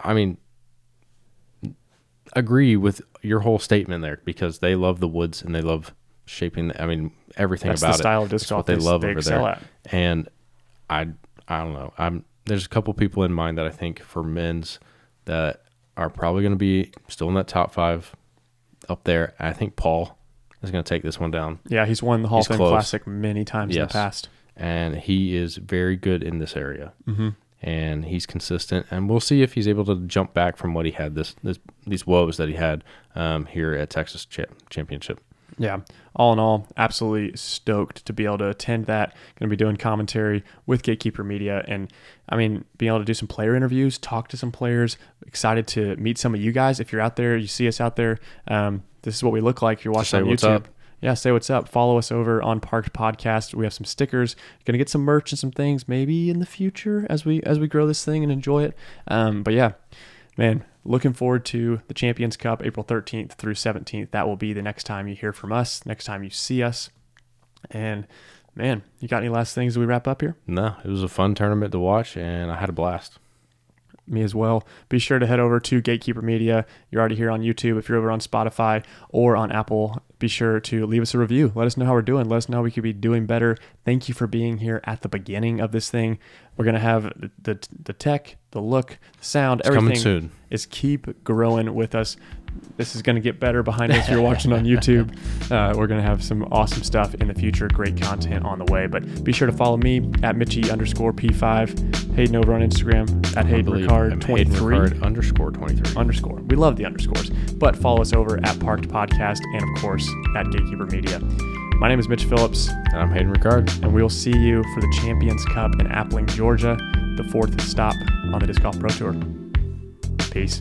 [SPEAKER 2] I mean, agree with your whole statement there because they love the woods and they love shaping. I mean, everything
[SPEAKER 1] That's the
[SPEAKER 2] about it.
[SPEAKER 1] style of disc
[SPEAKER 2] That's what
[SPEAKER 1] golf
[SPEAKER 2] they
[SPEAKER 1] is-
[SPEAKER 2] love
[SPEAKER 1] they
[SPEAKER 2] over
[SPEAKER 1] excel
[SPEAKER 2] there.
[SPEAKER 1] at.
[SPEAKER 2] And I, I don't know. I'm there's a couple people in mind that I think for men's that are probably going to be still in that top five up there. I think Paul is going to take this one down,
[SPEAKER 1] Yeah, he's won the Hall
[SPEAKER 2] He's
[SPEAKER 1] of Fame
[SPEAKER 2] close.
[SPEAKER 1] Classic many times in the
[SPEAKER 2] Yes.
[SPEAKER 1] past.
[SPEAKER 2] and he is very good in this area. Mm-hmm. And he's consistent, and we'll see if he's able to jump back from what he had this, this these woes that he had um, here at Texas cha- Championship.
[SPEAKER 1] Yeah. All in all, absolutely stoked to be able to attend that. Going to be doing commentary with Gatekeeper Media and I mean, being able to do some player interviews, talk to some players. Excited to meet some of you guys. If you're out there, you see us out there. Um, this is what we look like. You're watching
[SPEAKER 2] say
[SPEAKER 1] on
[SPEAKER 2] what's
[SPEAKER 1] YouTube.
[SPEAKER 2] up.
[SPEAKER 1] Yeah, say what's up. Follow us over on Parked Podcast. We have some stickers. Going to get some merch and some things maybe in the future as we as we grow this thing and enjoy it. Um, but yeah, man, looking forward to the Champions Cup, April 13th through 17th. That will be the next time you hear from us, next time you see us. And man, you got any last things as we wrap up here?
[SPEAKER 2] No, it was a fun tournament to watch, and I had a blast.
[SPEAKER 1] me as well. Be sure to head over to Gatekeeper Media. You're already here on YouTube. If you're over on Spotify or on Apple, be sure to leave us a review. Let us know how we're doing. Let us know how we could be doing better. Thank you for being here at the beginning of this thing. We're gonna have the the, the tech, the look, sound, everything
[SPEAKER 2] coming soon.
[SPEAKER 1] is keep growing with us. This is gonna get better behind us. If you're watching on YouTube, uh, we're gonna have some awesome stuff in the future. Great content on the way. But be sure to follow me at Mitchy underscore P5, Hayden over on Instagram at Hayden
[SPEAKER 2] believe
[SPEAKER 1] Ricard
[SPEAKER 2] I'm
[SPEAKER 1] twenty
[SPEAKER 2] Hayden
[SPEAKER 1] three
[SPEAKER 2] Ricard underscore 23.
[SPEAKER 1] underscore. We love the underscores. But follow us over at Parked Podcast and, of course, at Gatekeeper Media. My name is Mitch Phillips,
[SPEAKER 2] And I'm Hayden Ricard.
[SPEAKER 1] and we will see you for the Champions Cup in Appling, Georgia, the fourth stop on the Disc Golf Pro Tour. Peace.